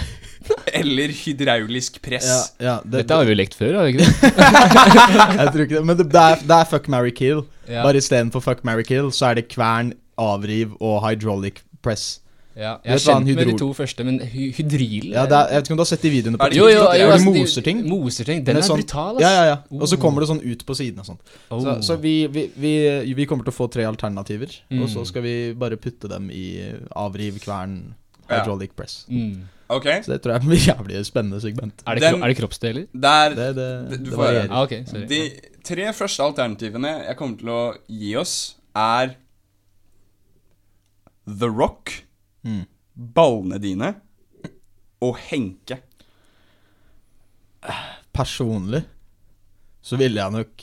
Speaker 1: Eller hydraulisk press.
Speaker 2: Ja, ja, det,
Speaker 3: Dette har vi jo lekt før, har vi ikke det?
Speaker 2: jeg tror ikke det. Men det, det, er, det er fuck, marry, kill.
Speaker 3: Ja.
Speaker 2: Bare istedenfor fuck, marry, kill, så er det kvern, avriv og hydraulic press.
Speaker 3: Ja,
Speaker 2: Du
Speaker 3: jeg er
Speaker 2: vet hva en
Speaker 3: kjent med de
Speaker 2: hydrol-
Speaker 3: to første, men hy hydrilen
Speaker 2: Ja, det er, jeg vet ikke om du har sett de videoene på
Speaker 1: Er det-
Speaker 3: Jo, jo,
Speaker 2: TikTok,
Speaker 3: jo,
Speaker 2: hvor
Speaker 3: altså,
Speaker 2: du
Speaker 3: de-
Speaker 2: moser ting.
Speaker 3: Moser ting, Den
Speaker 2: Med
Speaker 3: er
Speaker 2: sånn-
Speaker 3: brutal, ass.
Speaker 2: Ja, ja, ja. Og så
Speaker 3: Oh.
Speaker 2: kommer det sånn ut på siden og sånt.
Speaker 3: Oh.
Speaker 2: Så, så vi, vi, vi, vi kommer til å få tre alternativer, og så
Speaker 3: Mm.
Speaker 2: skal vi bare putte dem i avriv, kvern,
Speaker 1: Ja.
Speaker 2: hydraulic press.
Speaker 3: mm.
Speaker 1: Ok?
Speaker 2: Så det tror jeg blir et jævlig spennende segment.
Speaker 3: er, det
Speaker 1: Den-
Speaker 3: kro er det kroppsdeler?
Speaker 1: Der
Speaker 2: Det, det,
Speaker 1: Du- du
Speaker 2: det
Speaker 1: får-
Speaker 2: varierer.
Speaker 3: Ah, ok, sorry.
Speaker 1: De tre første alternativene jeg kommer til å gi oss, er The Rock,
Speaker 2: Mm.
Speaker 1: ballene dine og Henke.
Speaker 2: Personlig så ville jeg nok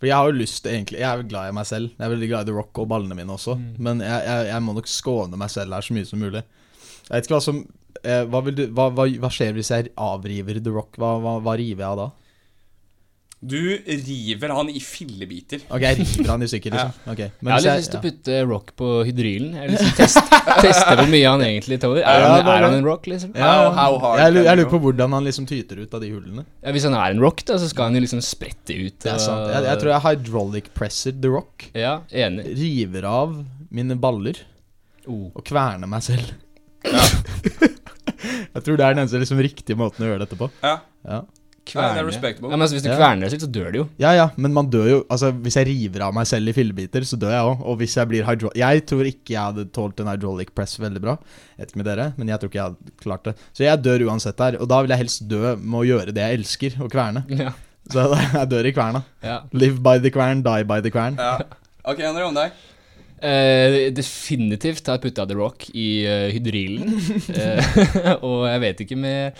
Speaker 2: For jeg har jo lyst til egentlig Jeg er jo glad i meg selv. Jeg er veldig glad i The Rock og ballene mine også.
Speaker 3: Mm.
Speaker 2: Men jeg, jeg, jeg må nok skåne meg selv her så mye som mulig. Jeg vet ikke hva som eh, hva, vil du, hva, hva, hva skjer hvis jeg avriver The Rock? Hva, hva, hva river jeg av da?
Speaker 1: Du river han i fillebiter.
Speaker 2: Ok, jeg river han i stykker, liksom. Ok,
Speaker 3: jeg har
Speaker 2: hvis
Speaker 3: litt lyst til å putte rock på hydrylen. Jeg vil liksom teste, teste hvor mye han egentlig tåler. Er,
Speaker 2: Ja,
Speaker 3: han,
Speaker 2: det er
Speaker 3: er han
Speaker 2: det.
Speaker 3: en rock, liksom?
Speaker 2: ja,
Speaker 1: How- how hard
Speaker 2: jeg, lu-
Speaker 1: can
Speaker 2: jeg
Speaker 1: you
Speaker 2: lurer på hvordan han liksom tyter ut av de hullene.
Speaker 3: Ja, hvis han er en rock, da, så skal han jo liksom sprette ut.
Speaker 2: Det er
Speaker 3: og-
Speaker 2: sant. Jeg, jeg tror jeg hydraulic presser The Rock.
Speaker 3: Ja, enig.
Speaker 2: River av mine baller
Speaker 3: Oh.
Speaker 2: og kverner meg selv. jeg tror det er den eneste liksom riktige måten å gjøre dette på.
Speaker 1: Ja,
Speaker 2: Ja.
Speaker 1: Ja, det er respectable.
Speaker 3: Ja, men altså, hvis du
Speaker 2: Ja.
Speaker 3: kverner deg selv, så dør du jo.
Speaker 2: ja ja, men man dør jo Altså, hvis jeg river av meg selv i fillebiter, så dør jeg òg. Og hvis jeg blir hydro... Jeg tror ikke jeg hadde tålt en hydraulic press veldig bra. Jeg vet ikke med dere, men jeg tror ikke jeg hadde klart det. Så jeg dør uansett der. Og da vil jeg helst dø med å gjøre det jeg elsker, å kverne.
Speaker 3: Ja.
Speaker 2: Så jeg dør i kverna.
Speaker 3: ja.
Speaker 2: Live by the kvern, die by the kvern.
Speaker 1: ja. Ok, André, om deg.
Speaker 3: Eh, definitivt har jeg putta The Rock i eh, hydrylen. Eh, og jeg vet ikke med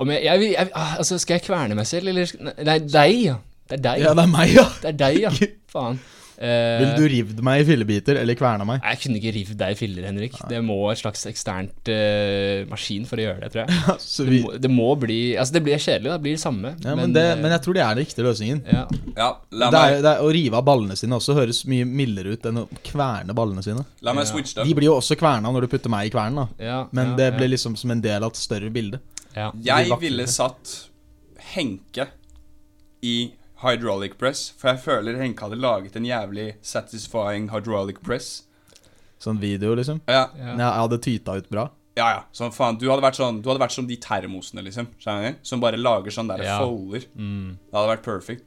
Speaker 3: om jeg, jeg, vil- jeg ah, Altså, skal jeg kverne meg selv, eller Nei, deg, ja. Det er deg.
Speaker 2: Ja, det er meg, ja.
Speaker 3: Det er deg, ja. Faen. Eh,
Speaker 2: Vil du rivd meg i fillebiter eller kverna meg?
Speaker 3: Nei, Jeg kunne ikke rivet deg i filler, Henrik. Det må et slags eksternt eh, maskin for å gjøre det, tror jeg.
Speaker 2: Så
Speaker 3: Det
Speaker 2: vi,
Speaker 3: må, eh, det må bli Altså, det blir kjedelig, da. Det blir det samme.
Speaker 2: ja, men, det, men jeg tror det er den riktige løsningen.
Speaker 3: eh, ja.
Speaker 1: Ja, la
Speaker 2: Det er,
Speaker 1: meg,
Speaker 2: det er, å rive av ballene sine også høres mye mildere ut enn å kverne ballene sine.
Speaker 1: la meg
Speaker 3: Ja.
Speaker 1: switche
Speaker 2: De
Speaker 1: det.
Speaker 2: blir jo også kverna når du putter meg i kvernen, da.
Speaker 3: Ja,
Speaker 2: Men
Speaker 3: ja,
Speaker 2: det
Speaker 3: ja,
Speaker 2: ble liksom som en del av et større bilde.
Speaker 3: ja.
Speaker 1: Jeg ville satt Henke i hydraulic press, for jeg føler Henke hadde laget en jævlig satisfying hydraulic press.
Speaker 2: Sånn video, liksom.
Speaker 1: Ja,
Speaker 3: Ja.
Speaker 2: Men Jeg hadde tyta ut bra.
Speaker 1: Ja, ja. Sånn, faen, du hadde vært sånn Du hadde vært som de termosene, liksom. skjønner du? Som bare lager sånn der
Speaker 3: Ja.
Speaker 1: folder. Det hadde vært perfect.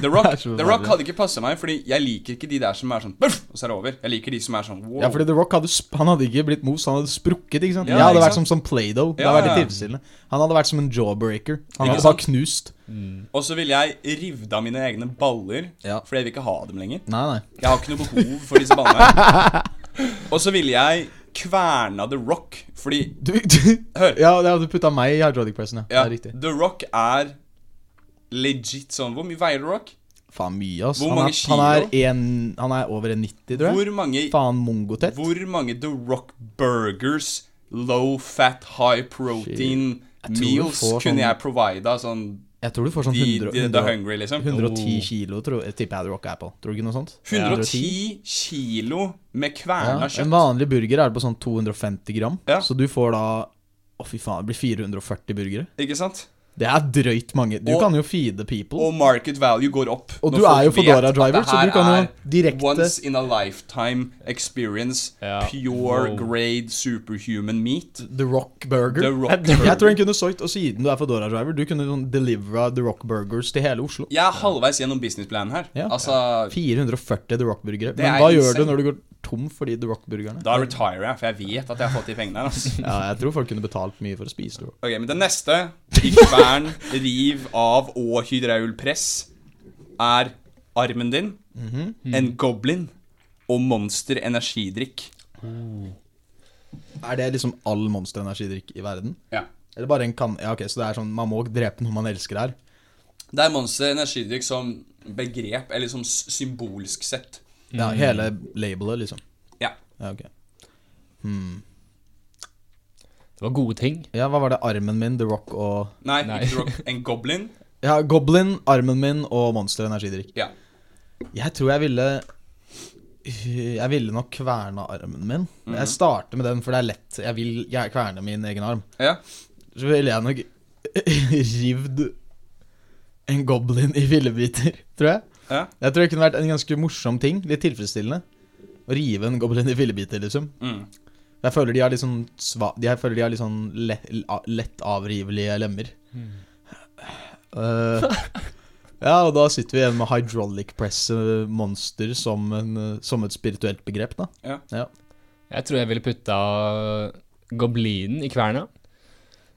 Speaker 1: The Rock,
Speaker 2: Mm. Det er så
Speaker 1: The Rock
Speaker 2: forferdelig.
Speaker 1: hadde ikke passa meg, Fordi jeg liker ikke de der som er sånn Puff! Og så er det over. Jeg liker de som er sånn wow.
Speaker 2: Ja, fordi The Rock hadde, sp- han hadde ikke blitt mos, han hadde sprukket. ikke sant?
Speaker 1: Ja,
Speaker 2: jeg hadde
Speaker 1: ikke
Speaker 2: vært som
Speaker 1: sant?
Speaker 2: sånn Play-Doh. Det
Speaker 1: Ja,
Speaker 2: hadde
Speaker 1: ja,
Speaker 2: vært litt
Speaker 1: ja.
Speaker 2: tilfredsstillende. Han hadde vært som en jawbreaker. Han
Speaker 1: Ikke
Speaker 2: hadde bare knust.
Speaker 1: Og så ville jeg rivd av mine egne baller,
Speaker 2: Ja.
Speaker 1: fordi jeg vil ikke ha dem lenger.
Speaker 2: Nei, nei.
Speaker 1: Jeg har ikke noe behov for disse ballene. Og så ville jeg kverna The Rock, fordi
Speaker 2: Du, du,
Speaker 1: Hør.
Speaker 2: Ja, ja, du putta meg i hydraulic pressen, ja.
Speaker 1: ja,
Speaker 2: Det er riktig.
Speaker 1: The Rock er legit sånn Hvor mye veier The Rock?
Speaker 2: Faen mye, ass.
Speaker 1: Hvor
Speaker 2: Han
Speaker 1: mange
Speaker 2: er, han er, en, han er over 1,90, tror jeg.
Speaker 1: Hvor mange
Speaker 2: Faen mongotett.
Speaker 1: Hvor mange The Rock Burgers, low fat, high protein
Speaker 2: tror du
Speaker 1: meals
Speaker 2: får sånn-
Speaker 1: kunne jeg provida sånn
Speaker 2: Jeg tror du får sånn
Speaker 1: de,
Speaker 2: 100,
Speaker 1: de, the
Speaker 2: 100,
Speaker 1: hungry, liksom?
Speaker 2: 110 kilo, tror, jeg- tipper jeg The Rock er på. Tror du ikke noe sånt?
Speaker 1: 110 kilo med
Speaker 2: Ja,
Speaker 1: kverna
Speaker 2: en
Speaker 1: kjøtt.
Speaker 2: vanlig burger er på sånn 250 gram,
Speaker 1: Ja.
Speaker 2: så du får da Å, fy faen, det blir 440 burgere.
Speaker 1: Ikke sant?
Speaker 2: Det er drøyt mange. Du
Speaker 1: Og-
Speaker 2: kan jo feede people.
Speaker 1: Og market value går opp.
Speaker 2: Og
Speaker 1: når
Speaker 2: du er jo
Speaker 1: folk vet
Speaker 2: Foodora
Speaker 1: at
Speaker 2: driver,
Speaker 1: det
Speaker 2: så
Speaker 1: her
Speaker 2: du kan jo
Speaker 1: er
Speaker 2: direkte-
Speaker 1: Once in a lifetime experience.
Speaker 3: Ja.
Speaker 1: Pure
Speaker 3: Wow.
Speaker 1: grade superhuman meat.
Speaker 2: The Rock Burger.
Speaker 1: The Rock
Speaker 2: Jeg
Speaker 1: Burger.
Speaker 2: tror han kunne solgt, og siden du er Foodora driver, du kunne sånn delivera The Rock Burgers til hele Oslo.
Speaker 1: Jeg er halvveis gjennom businessplanen her.
Speaker 2: Ja.
Speaker 1: Altså,
Speaker 2: 440 The Rock-burgere.
Speaker 1: Det
Speaker 2: Men
Speaker 1: er
Speaker 2: hva gjør du
Speaker 1: insane.
Speaker 2: når du går tom for de The Rock-burgerne?
Speaker 1: da retirer jeg, for jeg vet at jeg har fått de pengene her. Altså.
Speaker 2: Ja, jeg tror folk kunne betalt mye for å spise The Rock.
Speaker 1: Ok, men den neste i kvern, riv av og hydraulpress er armen din,
Speaker 2: Mhm.
Speaker 3: Hmm.
Speaker 1: en goblin og monster energidrikk.
Speaker 2: Er det liksom all monsterenergidrikk i verden?
Speaker 1: Ja.
Speaker 2: Eller bare en kan... Ja, ok, så det er sånn, man må drepe noe man elsker her.
Speaker 1: Det er monster energidrikk som begrep, eller som s- symbolsk sett.
Speaker 2: Ja, hele labelet, liksom.
Speaker 1: Ja.
Speaker 2: Ja, ok.
Speaker 3: Det var gode ting.
Speaker 2: Ja, hva var det? Armen min, The Rock og...
Speaker 1: Nei,
Speaker 3: Nei.
Speaker 1: ikke rock. En goblin.
Speaker 2: Ja, Goblin, armen min og monsterenergidrikk.
Speaker 1: Ja.
Speaker 2: Jeg tror jeg ville... Jeg ville nok kverna armen min. Men Jeg starter med den, for det er lett. Jeg vil jeg kverne min egen arm.
Speaker 1: Ja.
Speaker 2: Så ville jeg nok rivd en goblin i fillebiter, tror jeg.
Speaker 1: Ja.
Speaker 2: Jeg tror det kunne vært en ganske morsom ting. Litt tilfredsstillende. Å rive en goblin i fillebiter, liksom.
Speaker 1: Mm.
Speaker 2: Jeg føler de har litt sånn, sva de- jeg føler de har litt sånn le a- lett avrivelige lemmer. Eh, ja, og da sitter vi igjen med hydraulic press eh, monster som, en, eh, som et spirituelt begrep, da.
Speaker 3: Jeg tror jeg ville putta goblinen i kverna.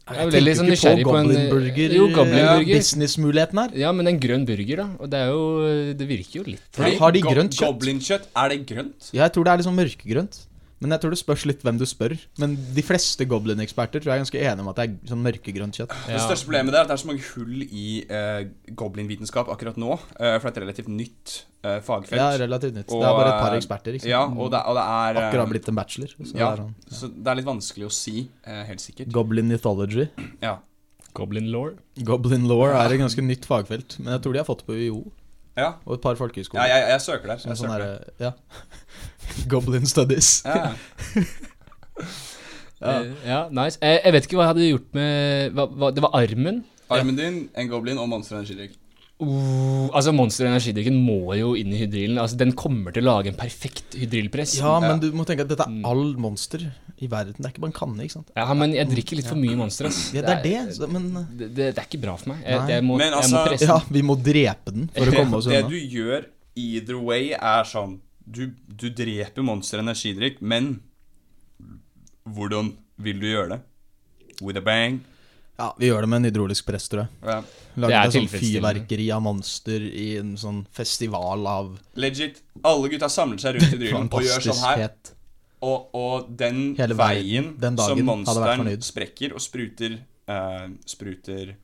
Speaker 3: Jeg ble
Speaker 2: tenker
Speaker 3: litt sånn
Speaker 2: ikke
Speaker 3: nysgjerrig på en-
Speaker 2: goblinburger,
Speaker 3: Jo,
Speaker 2: eh,
Speaker 3: goblinburger.
Speaker 2: businessmuligheten her.
Speaker 3: Ja, men en grønn burger, da. Og det er jo Det virker jo litt
Speaker 2: Ja, har de grønt kjøtt?
Speaker 1: Goblinkjøtt, er det grønt?
Speaker 2: Ja, jeg tror det er litt sånn mørkegrønt. Men jeg tror det spørs litt hvem du spør. Men de fleste goblin-eksperter tror jeg er ganske enige om at det er sånn mørkegrønt kjøtt.
Speaker 1: Det
Speaker 3: ja.
Speaker 1: største problemet der er at det er så mange hull i eh, goblinvitenskap akkurat nå. eh, for det er et relativt nytt eh, fagfelt.
Speaker 2: Ja, relativt nytt.
Speaker 1: Og,
Speaker 2: det er bare et par
Speaker 1: eh,
Speaker 2: eksperter, ikke sant.
Speaker 1: Ja, og det, og det er eh,
Speaker 2: Akkurat blitt en bachelor. Så
Speaker 1: ja,
Speaker 2: det er sånn.
Speaker 1: Så det er litt vanskelig å si, eh, helt sikkert.
Speaker 2: Goblin mythology.
Speaker 1: Ja.
Speaker 3: Goblin law.
Speaker 2: Goblin law er et ganske nytt fagfelt, men jeg tror de har fått på UiO
Speaker 1: Ja.
Speaker 2: og et par
Speaker 1: ja,
Speaker 2: folkehøyskoler.
Speaker 1: jeg, jeg søker der.
Speaker 2: Som
Speaker 1: Jeg
Speaker 2: sånn eh,
Speaker 1: søker der.
Speaker 2: derre- ja. Goblin studies.
Speaker 1: Ja, ja.
Speaker 2: Ja.
Speaker 3: Eh, ja, nice. Eh, jeg vet ikke hva jeg hadde gjort med hva, hva, Det var armen.
Speaker 1: Armen din, en goblin og monster energidrikk.
Speaker 3: Uh, altså Monster energidrikken må jo inn i hydrilen. Altså Den kommer til å lage en perfekt hydrilpress.
Speaker 2: Ja, men du må tenke at dette er all monster i verden. Det er ikke bare en kanne, ikke sant.
Speaker 3: Ja, men jeg drikker litt for mye Monster. Ass.
Speaker 2: Ja, det er det, så- men
Speaker 3: Det, det, det er ikke bra for meg. Jeg,
Speaker 2: Nei.
Speaker 3: jeg, må,
Speaker 1: Men
Speaker 3: jeg må
Speaker 1: altså-
Speaker 3: presse
Speaker 2: Ja, vi må drepe den for å komme oss
Speaker 1: det
Speaker 2: unna.
Speaker 1: du gjør either way, er sånn Du, du dreper monster energidrikk, men hvordan vil du gjøre det? With a bang?
Speaker 2: Ja, vi gjør det med en hydraulisk press, tror jeg.
Speaker 1: Ja.
Speaker 2: Lager
Speaker 3: Det er
Speaker 2: et sånt
Speaker 3: tilfredsstillende.
Speaker 2: fyrverkeri av monster i en sånn festival av
Speaker 1: Legit. Alle gutta samler seg rundt i drillen og gjør sånn
Speaker 2: fantastisk
Speaker 1: her.
Speaker 2: het.
Speaker 1: Og, og den
Speaker 2: Hele
Speaker 1: veien
Speaker 2: veien, den
Speaker 1: som
Speaker 2: dagen, hadde
Speaker 1: monsteren
Speaker 2: vært fornøyd.
Speaker 1: sprekker og spruter eh, Spruter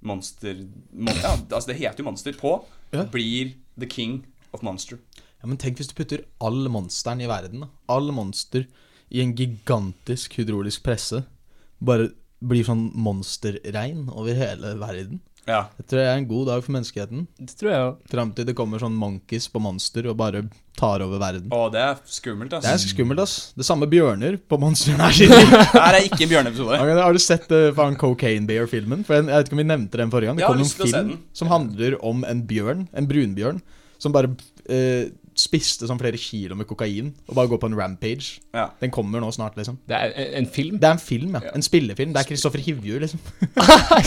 Speaker 1: monster mon ja, Altså, det heter jo monster på.
Speaker 2: Ja.
Speaker 1: Blir the king of monster.
Speaker 2: Ja, men tenk hvis du putter all monsteren i verden, da. All monster i en gigantisk hydraulisk presse. Bare blir sånn monsterregn over hele verden.
Speaker 1: Ja.
Speaker 2: Det tror jeg er en god dag for menneskeheten.
Speaker 3: Det tror jeg òg.
Speaker 2: Fram til det kommer sånn monkeys på monster og bare tar over verden.
Speaker 1: Og det er skummelt,
Speaker 2: Det er
Speaker 1: altså.
Speaker 2: ganske skummelt, ass. Det samme bjørner på monsteren her siden.
Speaker 1: Det her er ikke en bjørneepisode.
Speaker 2: Har har du sett eh, faen Cocaine Bear-filmen? For en- Jeg vet ikke om vi nevnte den forrige gang. Det
Speaker 1: Jeg har
Speaker 2: kom en
Speaker 1: lyst til å se
Speaker 2: film
Speaker 1: den.
Speaker 2: som handler om en bjørn, en brunbjørn, som bare eh, spiste sånn flere kilo med kokain og bare går på en rampage.
Speaker 1: Ja.
Speaker 2: Den kommer nå snart, liksom.
Speaker 3: Det er en, en film.
Speaker 2: Det er en film, ja. En spillefilm. Det er Kristoffer Hivju, liksom.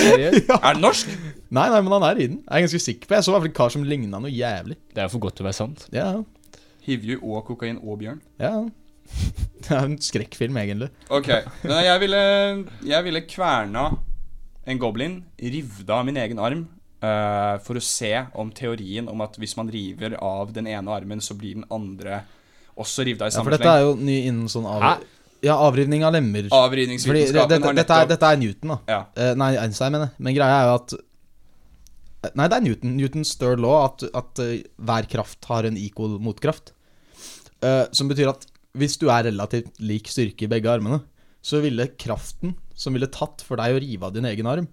Speaker 3: Seriøst.
Speaker 1: Er det norsk?
Speaker 2: Nei, nei, men han er i den. Jeg er ganske sikker på Jeg så i hvert fall en kar som ligna noe jævlig.
Speaker 3: Det er for godt til å være sant.
Speaker 2: Ja,
Speaker 1: Hivju og kokain og bjørn.
Speaker 2: ja. Det er en skrekkfilm, egentlig.
Speaker 1: Ok, Nei, jeg ville, jeg ville kverna en goblin, rivd av min egen arm, eh, for å se om teorien om at hvis man river av den ene armen, så blir den andre også rivd av i
Speaker 2: Ja,
Speaker 1: samme
Speaker 2: for dette
Speaker 1: sleng.
Speaker 2: er jo ny innen sånn av...
Speaker 3: Hæ?
Speaker 2: Ja, avrivning av lemmer. Fordi det,
Speaker 1: Avridningsvitenskapen
Speaker 2: dette,
Speaker 1: har
Speaker 2: dette, er,
Speaker 1: nettopp
Speaker 2: dette er Newton, da.
Speaker 1: ja.
Speaker 2: Eh, nei, Einstein, mener jeg. Men greia er jo at Nei, det er Newton. Newtons third law, at, at eh, hver kraft har en equal motkraft. Eh, som betyr at hvis du er relativt lik styrke i begge armene, så ville kraften som ville tatt for deg å rive av din egen arm,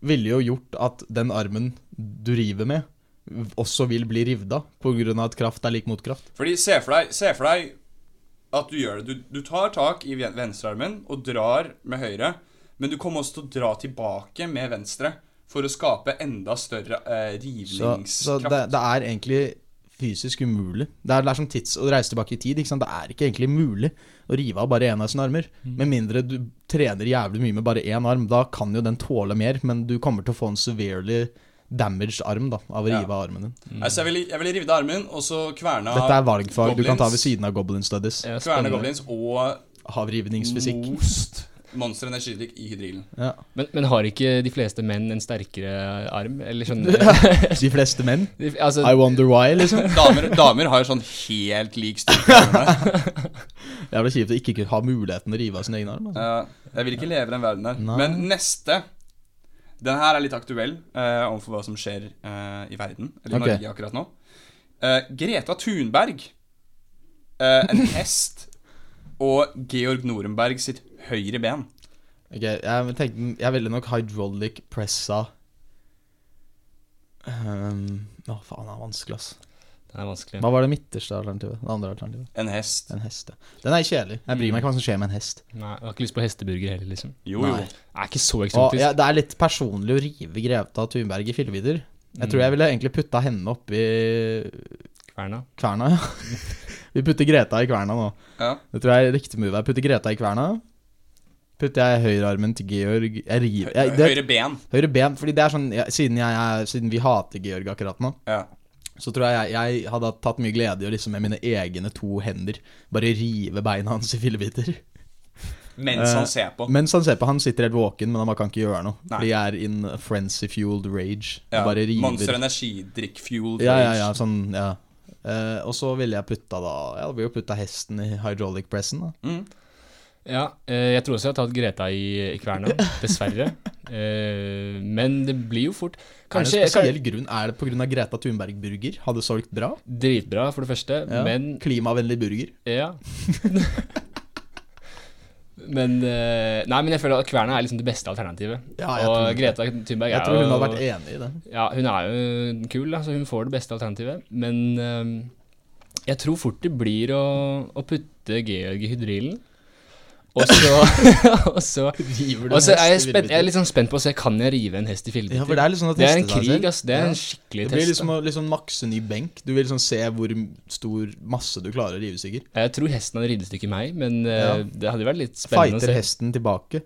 Speaker 2: ville jo gjort at den armen du river med, v- også vil bli revet av, pga. at kraft er lik motkraft.
Speaker 1: Fordi se for, deg, se for deg at du gjør det. Du, du tar tak i ven- venstrearmen og drar med høyre, men du kommer også til å dra tilbake med venstre for å skape enda større eh,
Speaker 2: Så,
Speaker 1: rivningskraft.
Speaker 2: så det, det er egentlig fysisk umulig. Det er, det er som tids å reise tilbake i tid. Ikke sant? Det er ikke egentlig mulig å rive av bare én av sine armer. Med mindre du trener jævlig mye med bare én arm. Da kan jo den tåle mer, men du kommer til å få en severely damaged arm da, av å
Speaker 1: Ja.
Speaker 2: rive av armen din.
Speaker 1: Altså, jeg ville, jeg ville rivet av armen, og så kverna
Speaker 2: Dette er valgfag du kan ta ved
Speaker 1: goblins.
Speaker 2: siden av goblin studies.
Speaker 3: Ja,
Speaker 1: Kverne
Speaker 3: spennende.
Speaker 1: goblins og
Speaker 2: Avrivningsfysikk.
Speaker 1: most monster energidrikk i hydrilen.
Speaker 2: Ja.
Speaker 3: Men, men har ikke de fleste menn en sterkere arm? Eller sånn de,
Speaker 2: De fleste menn.
Speaker 3: altså,
Speaker 2: I wonder why, liksom.
Speaker 1: Damer, damer har jo sånn helt lik styrke.
Speaker 2: Jævlig kjipt å ikke kunne ha muligheten å rive av sin egen arm. Altså.
Speaker 1: Ja, jeg vil ikke leve i den verden der.
Speaker 2: Nei.
Speaker 1: Men neste Den her er litt aktuell eh, overfor hva som skjer eh, i verden, eller i
Speaker 2: Ok.
Speaker 1: Norge akkurat nå. Eh, Greta Thunberg, eh, en hest, og Georg Norenberg sitt høyre ben.
Speaker 2: Ok, jeg, tenkte, jeg ville nok hydraulic Ehm, pressa um, Å, faen, det er vanskelig, ass.
Speaker 3: Den er vanskelig.
Speaker 2: Hva var det midterste alternativet? Det andre alternativet?
Speaker 1: En hest.
Speaker 2: En hest, ja. Den er kjedelig. Jeg bryr meg ikke hva som skjer med en hest.
Speaker 3: Nei, jeg har ikke lyst på hesteburger heller, liksom.
Speaker 1: Jo, jo.
Speaker 2: Nei.
Speaker 3: Det er ikke så
Speaker 2: Og,
Speaker 3: eksotisk.
Speaker 2: ja, det er litt personlig å rive Grevstad Thunberg i fillebider. Jeg tror jeg ville egentlig putta henne opp i
Speaker 3: Kverna.
Speaker 2: kverna, ja. Vi putter Greta i kverna nå.
Speaker 1: Ja.
Speaker 2: Det tror jeg er riktig move. Jeg putter Greta i kverna. Putter jeg høyrearmen til Georg Jeg river jeg, det,
Speaker 1: Høyre ben.
Speaker 2: Høyre ben. Fordi det er sånn jeg, siden, jeg, er- siden vi hater Georg akkurat nå,
Speaker 1: Ja.
Speaker 2: så tror jeg jeg, jeg hadde tatt mye glede i å liksom med mine egne to hender bare rive beina hans i fillebiter.
Speaker 1: Mens
Speaker 2: Eh,
Speaker 1: han ser på.
Speaker 2: Mens han ser på, han sitter helt våken, men han bare kan ikke gjøre noe.
Speaker 1: Nei.
Speaker 2: Fordi jeg er in frenzy-fueled rage.
Speaker 1: Ja.
Speaker 2: Ja. Bare river.
Speaker 1: Monster energidrikk fuel.
Speaker 2: Ja, ja, ja, sånn, ja. Eh, og så ville jeg putta da Ja, det blir jo putta hesten i hydraulic pressen, da.
Speaker 1: Mm.
Speaker 3: Ja, eh, jeg tror også jeg har tatt Greta i, i kverna, dessverre. Eh, men det blir jo fort Kanskje
Speaker 2: er det en spesiell grunn? Er det pga. Greta Thunberg-burger? Hadde solgt bra?
Speaker 3: kan- Dritbra, for det første,
Speaker 2: Ja.
Speaker 3: men
Speaker 2: Klimavennlig burger?
Speaker 3: Ja. men eh, Nei, men jeg føler at Kverna er liksom det beste alternativet.
Speaker 2: Ja, jeg tror
Speaker 3: og
Speaker 2: det.
Speaker 3: Greta Thunberg
Speaker 2: Jeg
Speaker 3: er
Speaker 2: tror hun
Speaker 3: jo
Speaker 2: hadde vært enig i det.
Speaker 3: Ja, hun er jo kul, da, så hun får det beste alternativet. Men eh, jeg tror fort det blir å, å putte Georg i hydrilen. Og så, og så,
Speaker 2: River du
Speaker 3: og
Speaker 2: hest
Speaker 3: så er
Speaker 2: i
Speaker 3: jeg, spent, jeg er
Speaker 2: villebiter?
Speaker 3: litt sånn spent på å se kan jeg rive en hest i fillebiter.
Speaker 2: Ja, for det er litt sånn å
Speaker 3: Det er en
Speaker 2: teste seg
Speaker 3: krig,
Speaker 2: selv.
Speaker 3: ass. Det er
Speaker 2: Ja.
Speaker 3: en skikkelig
Speaker 2: Det
Speaker 3: test.
Speaker 2: blir
Speaker 3: da.
Speaker 2: liksom å liksom makse ny benk. Du vil liksom se hvor stor masse du klarer å rive, sikkert.
Speaker 3: Jeg tror hesten hadde ridd et stykke meg, men eh,
Speaker 2: Ja.
Speaker 3: det hadde vært litt spennende
Speaker 2: Fighter
Speaker 3: å se.
Speaker 2: hesten tilbake?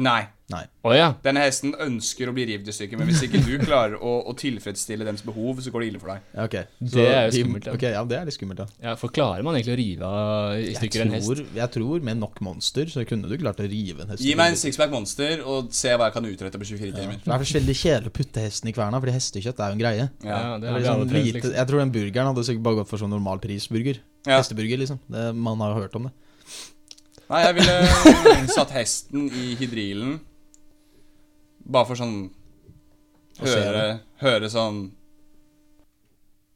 Speaker 1: Nei.
Speaker 2: Nei.
Speaker 3: Å ja.
Speaker 1: Denne hesten ønsker å bli revet i stykker, men hvis ikke du klarer å, å tilfredsstille dems behov, så går det ille for deg.
Speaker 2: Ja, Ok.
Speaker 3: Det er jo
Speaker 2: vi-
Speaker 3: skummelt, ja.
Speaker 2: Ok, ja, det er litt skummelt, ja.
Speaker 3: Ja, for klarer man egentlig å rive av i
Speaker 2: Jeg
Speaker 3: stykker en hest?
Speaker 2: tror, jeg tror med nok monster så kunne du klart å rive en hest.
Speaker 1: Gi meg en sixpack monster og se hva jeg kan utrette på 24 timer.
Speaker 2: Det er så veldig kjedelig å putte hesten i kverna, fordi hestekjøtt er jo en greie.
Speaker 1: Ja.
Speaker 3: det
Speaker 2: Det
Speaker 3: har
Speaker 2: er
Speaker 3: vi
Speaker 2: liksom
Speaker 3: alle prøvd,
Speaker 2: lite,
Speaker 3: liksom.
Speaker 2: jeg tror den burgeren hadde sikkert bare gått for sånn normal prisburger.
Speaker 1: Ja.
Speaker 2: Hesteburger, liksom. Det, man har jo hørt om det.
Speaker 1: Nei, jeg ville satt hesten i hydrilen. Bare for sånn
Speaker 2: Og se
Speaker 1: Høre, høre sånn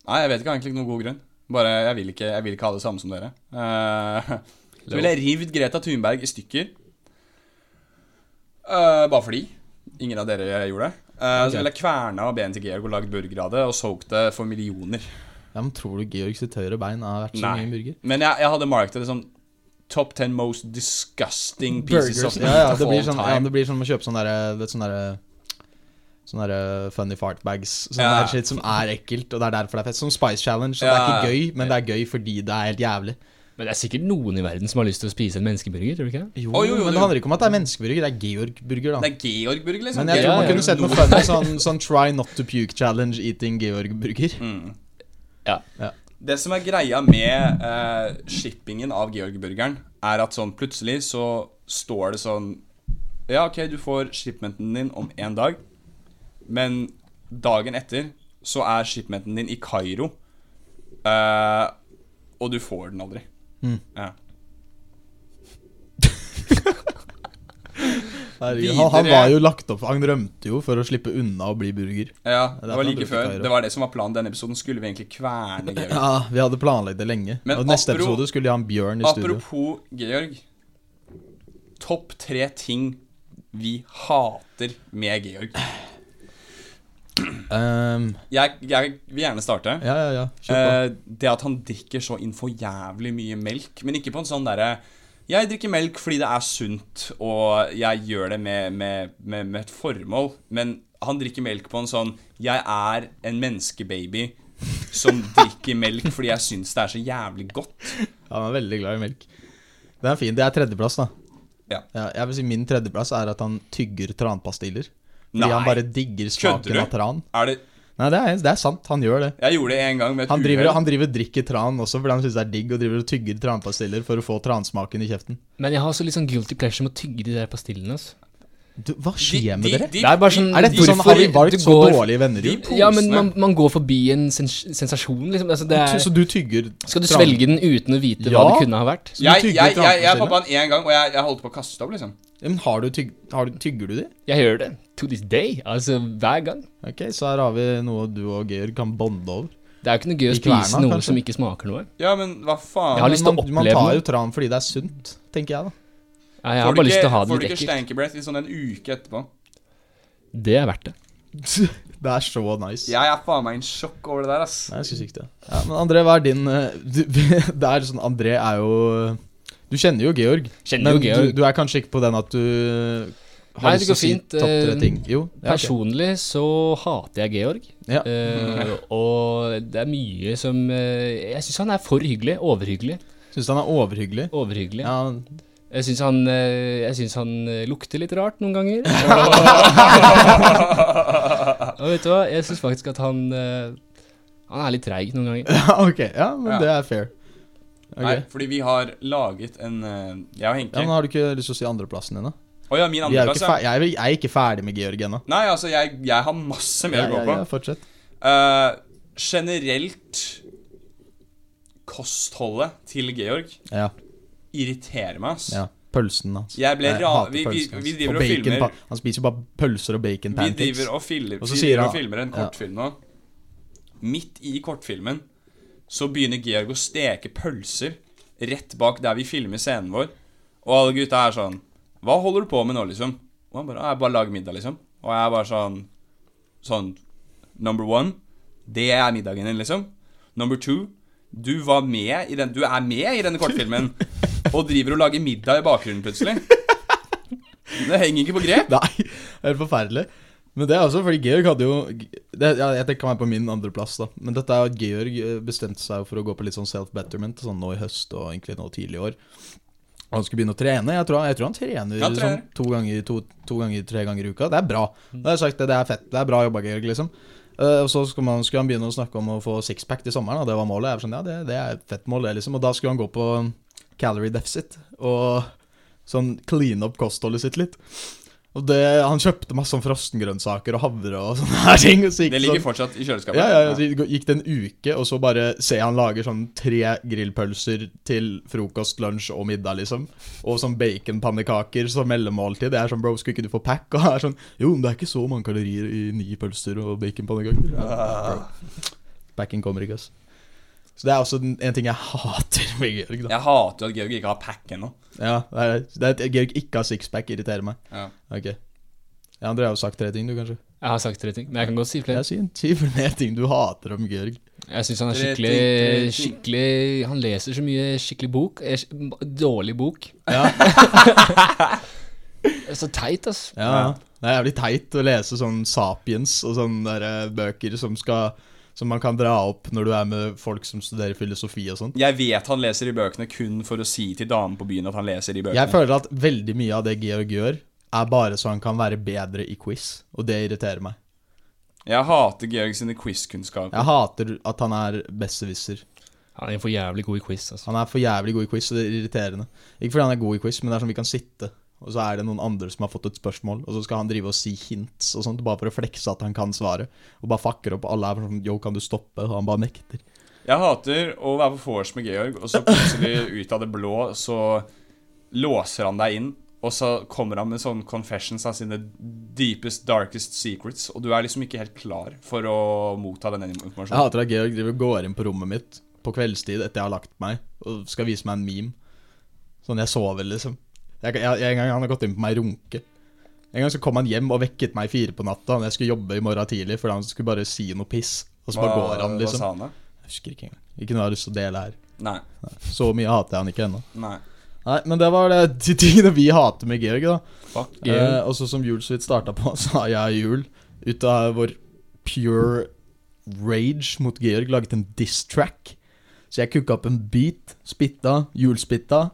Speaker 1: Nei, jeg vet ikke egentlig ikke noen god grunn. Bare, jeg vil ikke, jeg vil ikke ha det samme som dere. Eh, så ville jeg rivd Greta Thunberg i stykker. Eh, bare fordi. Ingen av dere gjorde det. Eh,
Speaker 2: Ok.
Speaker 1: Så ville jeg kverna ben til Georg og lagd burger av det, og solgt det for millioner.
Speaker 2: Ja, men tror du Georg sitt høyre bein er verdt så
Speaker 1: Nei.
Speaker 2: mye burger?
Speaker 1: Men jeg, jeg hadde markedet det som Top 10 most disgusting pieces of
Speaker 2: ja, ja,
Speaker 1: meat
Speaker 2: det
Speaker 1: of
Speaker 2: blir
Speaker 1: all
Speaker 2: sånn, ja,
Speaker 1: time.
Speaker 2: det blir sånn å kjøpe sånne derre vet, sånne derre Sånne derre funny fart bags. Sånn
Speaker 1: Ja.
Speaker 2: der shit som er ekkelt, og det er derfor det er fett. Som Spice Challenge. Så det
Speaker 1: Ja.
Speaker 2: er ikke gøy, men det er gøy fordi det er helt jævlig.
Speaker 3: Men det er sikkert noen i verden som har lyst til å spise en menneskeburger, tror du ikke? det?
Speaker 2: Jo,
Speaker 1: Å, jo, jo, jo.
Speaker 2: men det handler ikke om at det er menneskeburger, det er Georg-burger, da.
Speaker 1: Det er Georg-burger, liksom.
Speaker 2: men jeg tror
Speaker 3: Ja,
Speaker 2: man
Speaker 3: ja.
Speaker 2: kunne sett noe funny sånn, sånn Try Not To Puke Challenge Eating Georg-burger.
Speaker 1: Mm.
Speaker 3: Ja.
Speaker 1: Det som er greia med eh, shippingen av Georg-burgeren, er at sånn plutselig så står det sånn Ja, ok, du får shipmenten din om én dag, men dagen etter så er shipmenten din i Kairo, eh, og du får den aldri.
Speaker 2: Mm.
Speaker 1: Ja.
Speaker 2: Herregud, Han, han
Speaker 1: Videre.
Speaker 2: var jo lagt opp, han rømte jo for å slippe unna å bli burger.
Speaker 1: ja,
Speaker 2: er
Speaker 1: det var
Speaker 2: derfor han dro
Speaker 1: like
Speaker 2: til
Speaker 1: før.
Speaker 2: Kairo.
Speaker 1: Det var det som var planen. Denne episoden skulle vi egentlig kverne Georg.
Speaker 2: Ja, Vi hadde planlagt det lenge.
Speaker 1: Men
Speaker 2: og neste
Speaker 1: apro-
Speaker 2: episode skulle de ha en bjørn i studio.
Speaker 1: Apropos Georg. Topp tre ting vi hater med Georg.
Speaker 2: Ehm,
Speaker 1: Jeg, jeg vil gjerne starte.
Speaker 2: ja, ja, ja. Kjør på.
Speaker 1: Eh, det at han drikker så innfor jævlig mye melk, men ikke på en sånn derre Jeg drikker melk fordi det er sunt, og jeg gjør det med, med, med, med et formål, men han drikker melk på en sånn Jeg er en menneskebaby som drikker melk fordi jeg syns det er så jævlig godt.
Speaker 2: Han er veldig glad i melk. Det er fint. Det er tredjeplass, da.
Speaker 1: Ja.
Speaker 2: jeg vil si Min tredjeplass er at han tygger tranpastiller. Fordi
Speaker 1: Nei.
Speaker 2: han bare digger
Speaker 1: Kødder
Speaker 2: smaken
Speaker 1: du?
Speaker 2: av tran.
Speaker 1: Er det
Speaker 2: Nei, det er, det er sant. Han gjør det.
Speaker 1: Jeg gjorde det en gang med et
Speaker 2: Han driver,
Speaker 1: uhell.
Speaker 2: han driver og drikker tran også fordi han syns det er digg, og driver og tygger tranpastiller for å få transmaken i kjeften.
Speaker 3: Men jeg har også litt sånn guilty pleasure med å tygge de der pastillene. Altså.
Speaker 2: Du, hva skjer
Speaker 1: De-
Speaker 2: med
Speaker 1: de-
Speaker 2: dere?
Speaker 1: de-
Speaker 3: Det er bare sånn-
Speaker 2: Er dette
Speaker 3: de-
Speaker 2: sånn har vi
Speaker 3: de-
Speaker 2: valgt
Speaker 3: du
Speaker 2: så
Speaker 3: går-
Speaker 2: dårlige venner i
Speaker 1: de-
Speaker 2: jobb?
Speaker 1: Posene.
Speaker 3: Ja, men man, man går forbi en sens sensasjon, liksom. Altså, det
Speaker 2: Så
Speaker 3: er,
Speaker 2: du tygger
Speaker 3: skal du
Speaker 2: tran-
Speaker 3: svelge den uten å vite hva
Speaker 2: Ja.
Speaker 3: det kunne ha vært?
Speaker 2: Så du
Speaker 1: Jeg,
Speaker 2: tygger
Speaker 1: jeg, jeg, jeg
Speaker 2: tranpastiller?
Speaker 1: poppa den én gang, og jeg, jeg holdt på å kaste opp, liksom.
Speaker 2: Ja, Men har du tyg, har du, tygger du de?
Speaker 3: Jeg gjør det. To this day. Altså hver gang.
Speaker 2: Ok, så her har vi noe du og Georg kan bonde over.
Speaker 3: Det er jo ikke noe
Speaker 2: I
Speaker 3: gøy å spise
Speaker 2: kverna,
Speaker 3: noe
Speaker 2: kanskje?
Speaker 3: som ikke smaker noe.
Speaker 1: Ja, men hva faen?
Speaker 3: Jeg har lyst til å
Speaker 2: man,
Speaker 3: oppleve
Speaker 2: man tar jo
Speaker 3: noe.
Speaker 2: tran fordi det er sunt, tenker jeg da.
Speaker 3: Nei, jeg har bare lyst til å ha det
Speaker 1: Får du
Speaker 3: litt
Speaker 1: ikke
Speaker 3: ekkelt.
Speaker 1: stanky breath i sånn en uke etterpå?
Speaker 3: Det er verdt det.
Speaker 2: Det er så nice.
Speaker 1: Jeg er faen meg i en sjokk over det der, ass.
Speaker 2: Nei, jeg synes ikke det. Ja, men André, hva er din eh, du, Det er sånn, André er jo Du kjenner jo Georg.
Speaker 3: Kjenner jo
Speaker 2: men
Speaker 3: Georg.
Speaker 2: Du, du er kanskje ikke på den at du
Speaker 3: Nei,
Speaker 2: har
Speaker 3: det
Speaker 2: lyst til å
Speaker 3: går
Speaker 2: si
Speaker 3: fint,
Speaker 2: topp tre
Speaker 3: eh,
Speaker 2: ting? Jo, ja, ok.
Speaker 3: Personlig så hater jeg Georg.
Speaker 2: Ja.
Speaker 3: Eh, og det er mye som eh, Jeg syns han er for hyggelig. Overhyggelig.
Speaker 2: Syns han er overhyggelig.
Speaker 3: Overhyggelig.
Speaker 2: Ja,
Speaker 3: Jeg syns han, eh, jeg synes han eh, lukter litt rart noen ganger. og vet du hva, jeg syns faktisk at han eh, Han er litt treig noen ganger.
Speaker 2: ok. Ja, men
Speaker 1: Ja.
Speaker 2: det er fair. Ok.
Speaker 1: Nei, fordi vi har laget en eh, Jeg og
Speaker 2: Ja,
Speaker 1: Henke
Speaker 2: men Har du ikke lyst til å si andreplassen din, da?
Speaker 1: Å ja, min
Speaker 2: Vi er jo
Speaker 1: andreplass,
Speaker 2: ikke
Speaker 1: ja.
Speaker 2: fer- jeg, er, jeg er ikke ferdig med Georg ennå.
Speaker 1: Nei, altså, jeg, jeg har masse mer
Speaker 2: Ja,
Speaker 1: å gå
Speaker 2: ja,
Speaker 1: på.
Speaker 2: ja, fortsett.
Speaker 1: Eh, generelt Kostholdet til Georg
Speaker 2: Ja,
Speaker 1: irriterer meg, ass.
Speaker 2: ja. Pølsen hans.
Speaker 1: Jeg ble
Speaker 2: Jeg
Speaker 1: ra...
Speaker 2: hater
Speaker 1: Vi, vi,
Speaker 2: pølsen hans.
Speaker 1: vi driver
Speaker 2: Og
Speaker 1: og
Speaker 2: bacon
Speaker 1: filmer
Speaker 2: pa- Han spiser jo bare pølser og bacon
Speaker 1: Vi
Speaker 2: pancakes.
Speaker 1: driver og, fil,
Speaker 2: Og så
Speaker 1: vi
Speaker 2: sier
Speaker 1: driver og
Speaker 2: han-
Speaker 1: filmer en
Speaker 2: ja.
Speaker 1: kortfilm nå. Midt i kortfilmen så begynner Georg å steke pølser rett bak der vi filmer scenen vår. Og alle gutta er sånn Hva holder du på med nå, liksom? Og han bare «Ah, Jeg bare lager middag, liksom. Og jeg er bare sånn Sånn Number one, det er middagen din, liksom. Number two, du var med i den Du er med i denne kortfilmen og driver og lager middag i bakgrunnen plutselig. Det henger ikke på grep.
Speaker 2: Nei, det er helt forferdelig. Men det er også fordi Georg hadde jo det, ja, Jeg tenker meg på min andreplass, da. Men dette er jo at Georg eh, bestemte seg for å gå på litt sånn self-betterment sånn nå i høst og egentlig nå tidlig i år. Og han skulle begynne å trene. Jeg tror han, jeg tror han trener
Speaker 1: Ja, trener.
Speaker 2: Sånn, to, ganger, to, to ganger, tre ganger i uka. Det er bra. Da har jeg sagt det, det er fett. Det er bra jobba, Georg, liksom. Eh, og så skulle, man, skulle han begynne å snakke om å få sixpack til sommeren, og det var målet. Jeg var sånn, ja, det, det er et fett mål, det, liksom. Og da skulle han gå på calorie deficit og sånn clean up kostholdet sitt litt. Og det, han kjøpte masse sånn frossengrønnsaker og havre og sånne her ting. og så gikk
Speaker 1: Det
Speaker 2: sånn-
Speaker 1: ligger fortsatt i kjøleskapet.
Speaker 2: ja, ja, ja, så gikk det en uke, og så bare ser jeg han lager sånn tre grillpølser til frokost, lunsj og middag, liksom. Og sånn baconpannekaker som mellommåltid. Det er sånn, bro, skulle ikke du få pack? Og han er sånn, jo, men det er ikke så mange kalorier i ni pølser og baconpannekaker. Ja, bro. Packen kommer ikke, ass. Så det er også den- en ting jeg hater med Georg, da.
Speaker 1: Jeg hater jo at Georg ikke har pack ennå.
Speaker 2: Ja, det er, det er at Georg ikke har sixpack, irriterer meg.
Speaker 1: Ja.
Speaker 2: Ok. Ja, André har jo sagt tre ting, du, kanskje?
Speaker 3: Jeg har sagt tre ting, men jeg kan godt si flere.
Speaker 2: Jeg sier si flere ting du hater om Georg.
Speaker 3: Jeg syns han
Speaker 1: Tre
Speaker 3: er
Speaker 1: ting,
Speaker 3: skikkelig,
Speaker 1: tre ting.
Speaker 3: skikkelig Han leser så mye skikkelig bok. eh, sk- Dårlig bok.
Speaker 2: Ja.
Speaker 3: Så teit, ass.
Speaker 2: Ja, ja. Det er jævlig teit å lese sånn Sapiens og sånne der eh, bøker som, skal, som man kan dra opp når du er med folk som studerer filosofi og sånn.
Speaker 1: Jeg vet han leser de bøkene kun for å si til damen på byen at han leser de bøkene.
Speaker 2: Jeg føler at veldig mye av det Georg gjør, er bare så han kan være bedre i quiz, og det irriterer meg.
Speaker 1: Jeg hater Georg sine quizkunnskaper.
Speaker 2: Jeg hater at han er besserwisser.
Speaker 3: Han er for jævlig god i quiz, altså.
Speaker 2: Han er for jævlig god i quiz, og det er irriterende. Ikke fordi han er god i quiz, men det er sånn vi kan sitte, og så er det noen andre som har fått et spørsmål, og så skal han drive og si hints og sånt, bare for å flekse at han kan svaret, og bare fucker opp, og alle er sånn, jo, kan du stoppe, og han bare nekter.
Speaker 1: Jeg hater å være på vors med Georg, og så plutselig ut av det blå så låser han deg inn. Og så kommer han med sånne confessions av sine deepest, darkest secrets, og du er liksom ikke helt klar for å motta denne
Speaker 2: Jeg
Speaker 1: informasjonen.
Speaker 2: hater at Georg driver og går inn på rommet mitt på kveldstid etter jeg har lagt meg, og skal vise meg en meme. Sånn jeg sover, liksom. Jeg, jeg, jeg, en gang han har gått inn på meg runke. En gang så kom han hjem og vekket meg fire på natta når jeg skulle jobbe i morgen tidlig, fordi han skulle bare si noe piss. Og så bare går han,
Speaker 1: Hva
Speaker 2: liksom.
Speaker 1: sa han da?
Speaker 2: Jeg husker ikke engang. Ikke noe jeg har lyst til å dele her.
Speaker 1: Nei.
Speaker 2: Så mye hater jeg han ikke ennå.
Speaker 1: Nei.
Speaker 2: Nei, men det var det, de tingene vi hater med Georg, da.
Speaker 1: Fuck.
Speaker 3: Georg.
Speaker 2: Eh, og så som jul så vidt starta på, så har jeg og jul ut av vår pure rage mot Georg laget en diss-track. Så jeg kukka opp en beat, spitta, julspitta.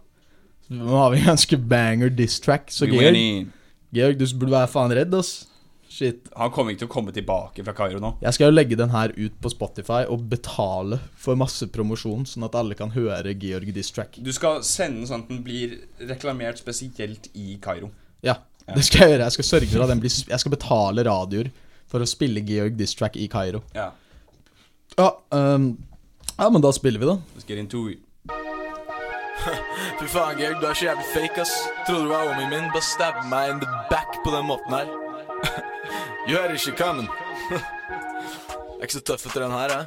Speaker 2: Så Nå har vi en ganske banger diss-track, så
Speaker 1: We
Speaker 2: Georg,
Speaker 1: winning.
Speaker 2: Georg, du burde være faen redd, ass. Shit.
Speaker 1: Han kommer ikke til å komme tilbake fra Kairo nå.
Speaker 2: Jeg skal jo legge den her ut på Spotify og betale for masse promosjon, sånn at alle kan høre Georg diss-track.
Speaker 1: Du skal sende den sånn at den blir reklamert spesielt i Kairo.
Speaker 2: Ja, det skal jeg gjøre. Jeg skal sørge for at den blir sp- Jeg skal betale radioer for å spille Georg diss-track i Kairo.
Speaker 1: Ja.
Speaker 2: Ja, ehm, ja, men da spiller vi, da.
Speaker 1: Let's get into it.
Speaker 4: Fy faen, Georg, du er så jævlig fake, ass. Trodde du var homien min, bare stabbe meg in the back på den måten her. you er ikke coming. er ikke så tøff etter den her, eh?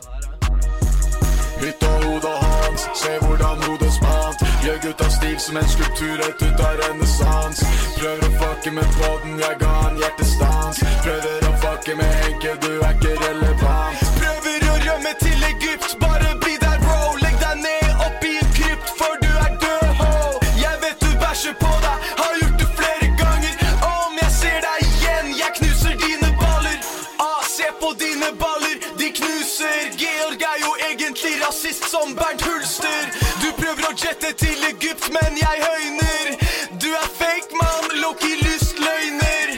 Speaker 4: Hytta hodet hans, se hvordan hodet spant. Gjør gutta stiv som en skulptur rett ut av renessans. Prøver å fucke med tråden, jeg ga han hjertestans. Prøver å fucke snakke med Henke, du er ikke relevant. Prøver å rømme til Egypt, bare bli der, bro. Legg deg ned oppi en krypt, for du er død, ho. Jeg vet du bæsjer på deg, har gjort det flere ganger. Om jeg ser deg igjen, jeg knuser dine baller. Ah, se på dine baller, de knuser. Georg er jo egentlig rasist som Bernt Hulster. Du prøver å jette til Egypt, men jeg høyner. Du er fake, mann. Loki lystløgner.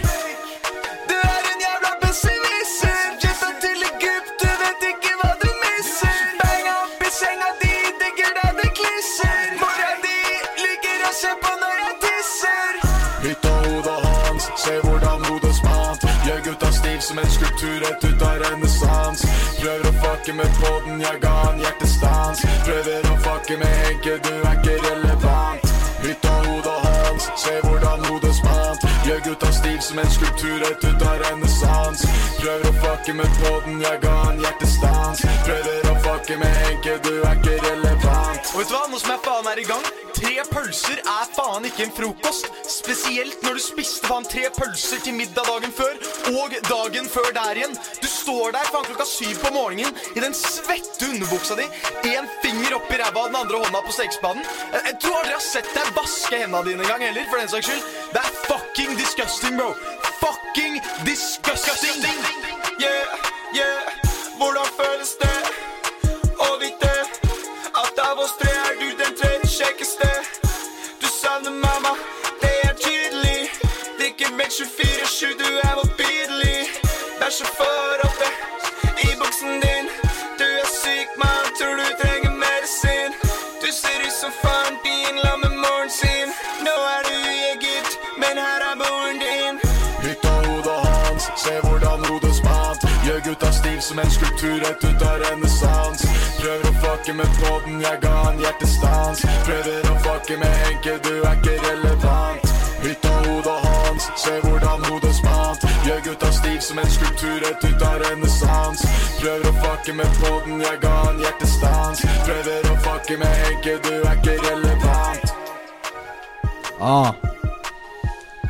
Speaker 4: Du er en jævla pessimister. Jetta til Egypt, du vet ikke hva du misser. Bang opp i senga di, digger deg det klisser. Mora di liker å se på når jeg tisser. Hytta hodet hans, se hvordan hodet spant. Gjør gutta stiv som en skulptur rett ut av renessans. Prøver å fucke med poden, jeg ga han hjertestans. Prøver å fucke med Henke, du er ikke relevant. Hytta hodet hans, se hvordan hodet spant. Gjør gutta stiv som en skulptur rett ut av renessans. Prøver å fucke med poden, jeg ga han hjertestans. Prøver å fucke med Henke, du er ikke relevant. Og vet du hva, nå som jeg faen er i gang, tre pølser er faen ikke en frokost. Spesielt når du spiste faen tre pølser til middag dagen før, og dagen før der igjen. Du står der faen klokka syv på morgenen i den svette underbuksa di, én finger oppi ræva og den andre hånda på stekespaden. Jeg, jeg tror aldri jeg har sett deg vaske hendene dine engang heller, for den saks skyld. Det er fucking disgusting, bro. Fucking disgusting. Yeah, yeah. Hvordan føles det å vite at av oss tre er du den tredje kjekkeste? Du savner mamma, det er tydelig. Drikker melk 24-7, du er motbydelig. Bæsjer for ofte i buksen din. Du er syk, mann, tror du trenger medisin. Du ser ut som faren din, la med moren sin. Nå er du i Egypt, men her er moren din. Hytta hodet hans, se hvordan hodet spant. Gjør gutta stiv som en skulptur rett ut av renessans. Prøver å fucke med poden, jeg ga han hjertestans. Prøver å fucke med Henke, du er ikke relevant. Hytta hodet hans, se hvordan hodet spant. Gjør gutta stiv som en skulptur rett ut av renessans. Prøver å fucke med poden, jeg ga han hjertestans. Prøver å fucke med Henke, du er ikke relevant.
Speaker 2: Ah.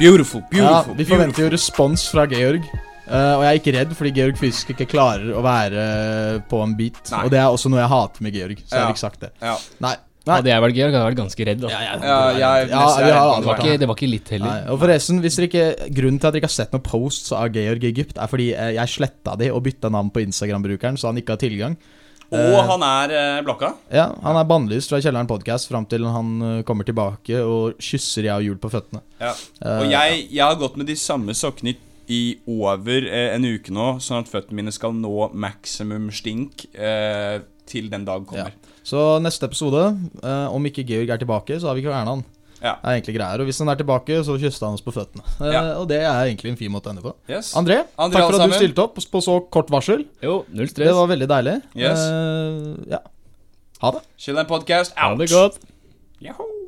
Speaker 1: Beautiful,
Speaker 2: Ja,
Speaker 1: beautiful.
Speaker 2: vi forventer jo respons fra Georg. Eh, og jeg er ikke redd, fordi Georg fysisk ikke klarer å være eh, på en beat.
Speaker 1: Nei.
Speaker 2: Og det er også noe jeg hater med Georg. Så jeg
Speaker 1: Ja.
Speaker 2: har ikke sagt det.
Speaker 1: Ja.
Speaker 2: Nei. Nei.
Speaker 3: Hadde jeg vært Georg, hadde jeg vært ganske redd. Da.
Speaker 1: Ja, jeg,
Speaker 2: Ja, vi har
Speaker 3: Det, var
Speaker 2: advart
Speaker 3: ikke, det var ikke litt
Speaker 2: Nei,
Speaker 3: heller.
Speaker 2: og forresten, hvis dere ikke, Grunnen til at dere ikke har sett noen posts av Georg i Egypt, er fordi eh, jeg sletta de og bytta navn på Instagram-brukeren, så han ikke har tilgang.
Speaker 1: Og han er eh, blokka.
Speaker 2: Ja, Han er bannlyst fra Kjelleren podcast fram til han eh, kommer tilbake og kysser jeg og Jul på føttene.
Speaker 1: Ja.
Speaker 2: Eh,
Speaker 1: Og jeg, jeg har gått med de samme sokkene i, i over eh, en uke nå, sånn at føttene mine skal nå maksimum stink eh, til den dag kommer.
Speaker 2: Så neste episode, eh, om ikke Georg er tilbake, så har vi kverna han.
Speaker 1: Ja.
Speaker 2: Det er egentlig greier, Og hvis han er tilbake, så kysser han oss på føttene. Eh,
Speaker 1: Ja.
Speaker 2: Og det er egentlig en fin måte å ende på.
Speaker 1: Yes.
Speaker 2: André,
Speaker 1: André, alle
Speaker 2: takk for at du
Speaker 1: sammen.
Speaker 2: stilte opp på så kort varsel.
Speaker 3: Jo, null
Speaker 2: Det
Speaker 3: stress.
Speaker 2: var veldig deilig.
Speaker 1: Yes.
Speaker 2: Eh, ja. Ha det.
Speaker 1: Chill and podcast out.
Speaker 3: Ha det godt.
Speaker 1: Yahoo.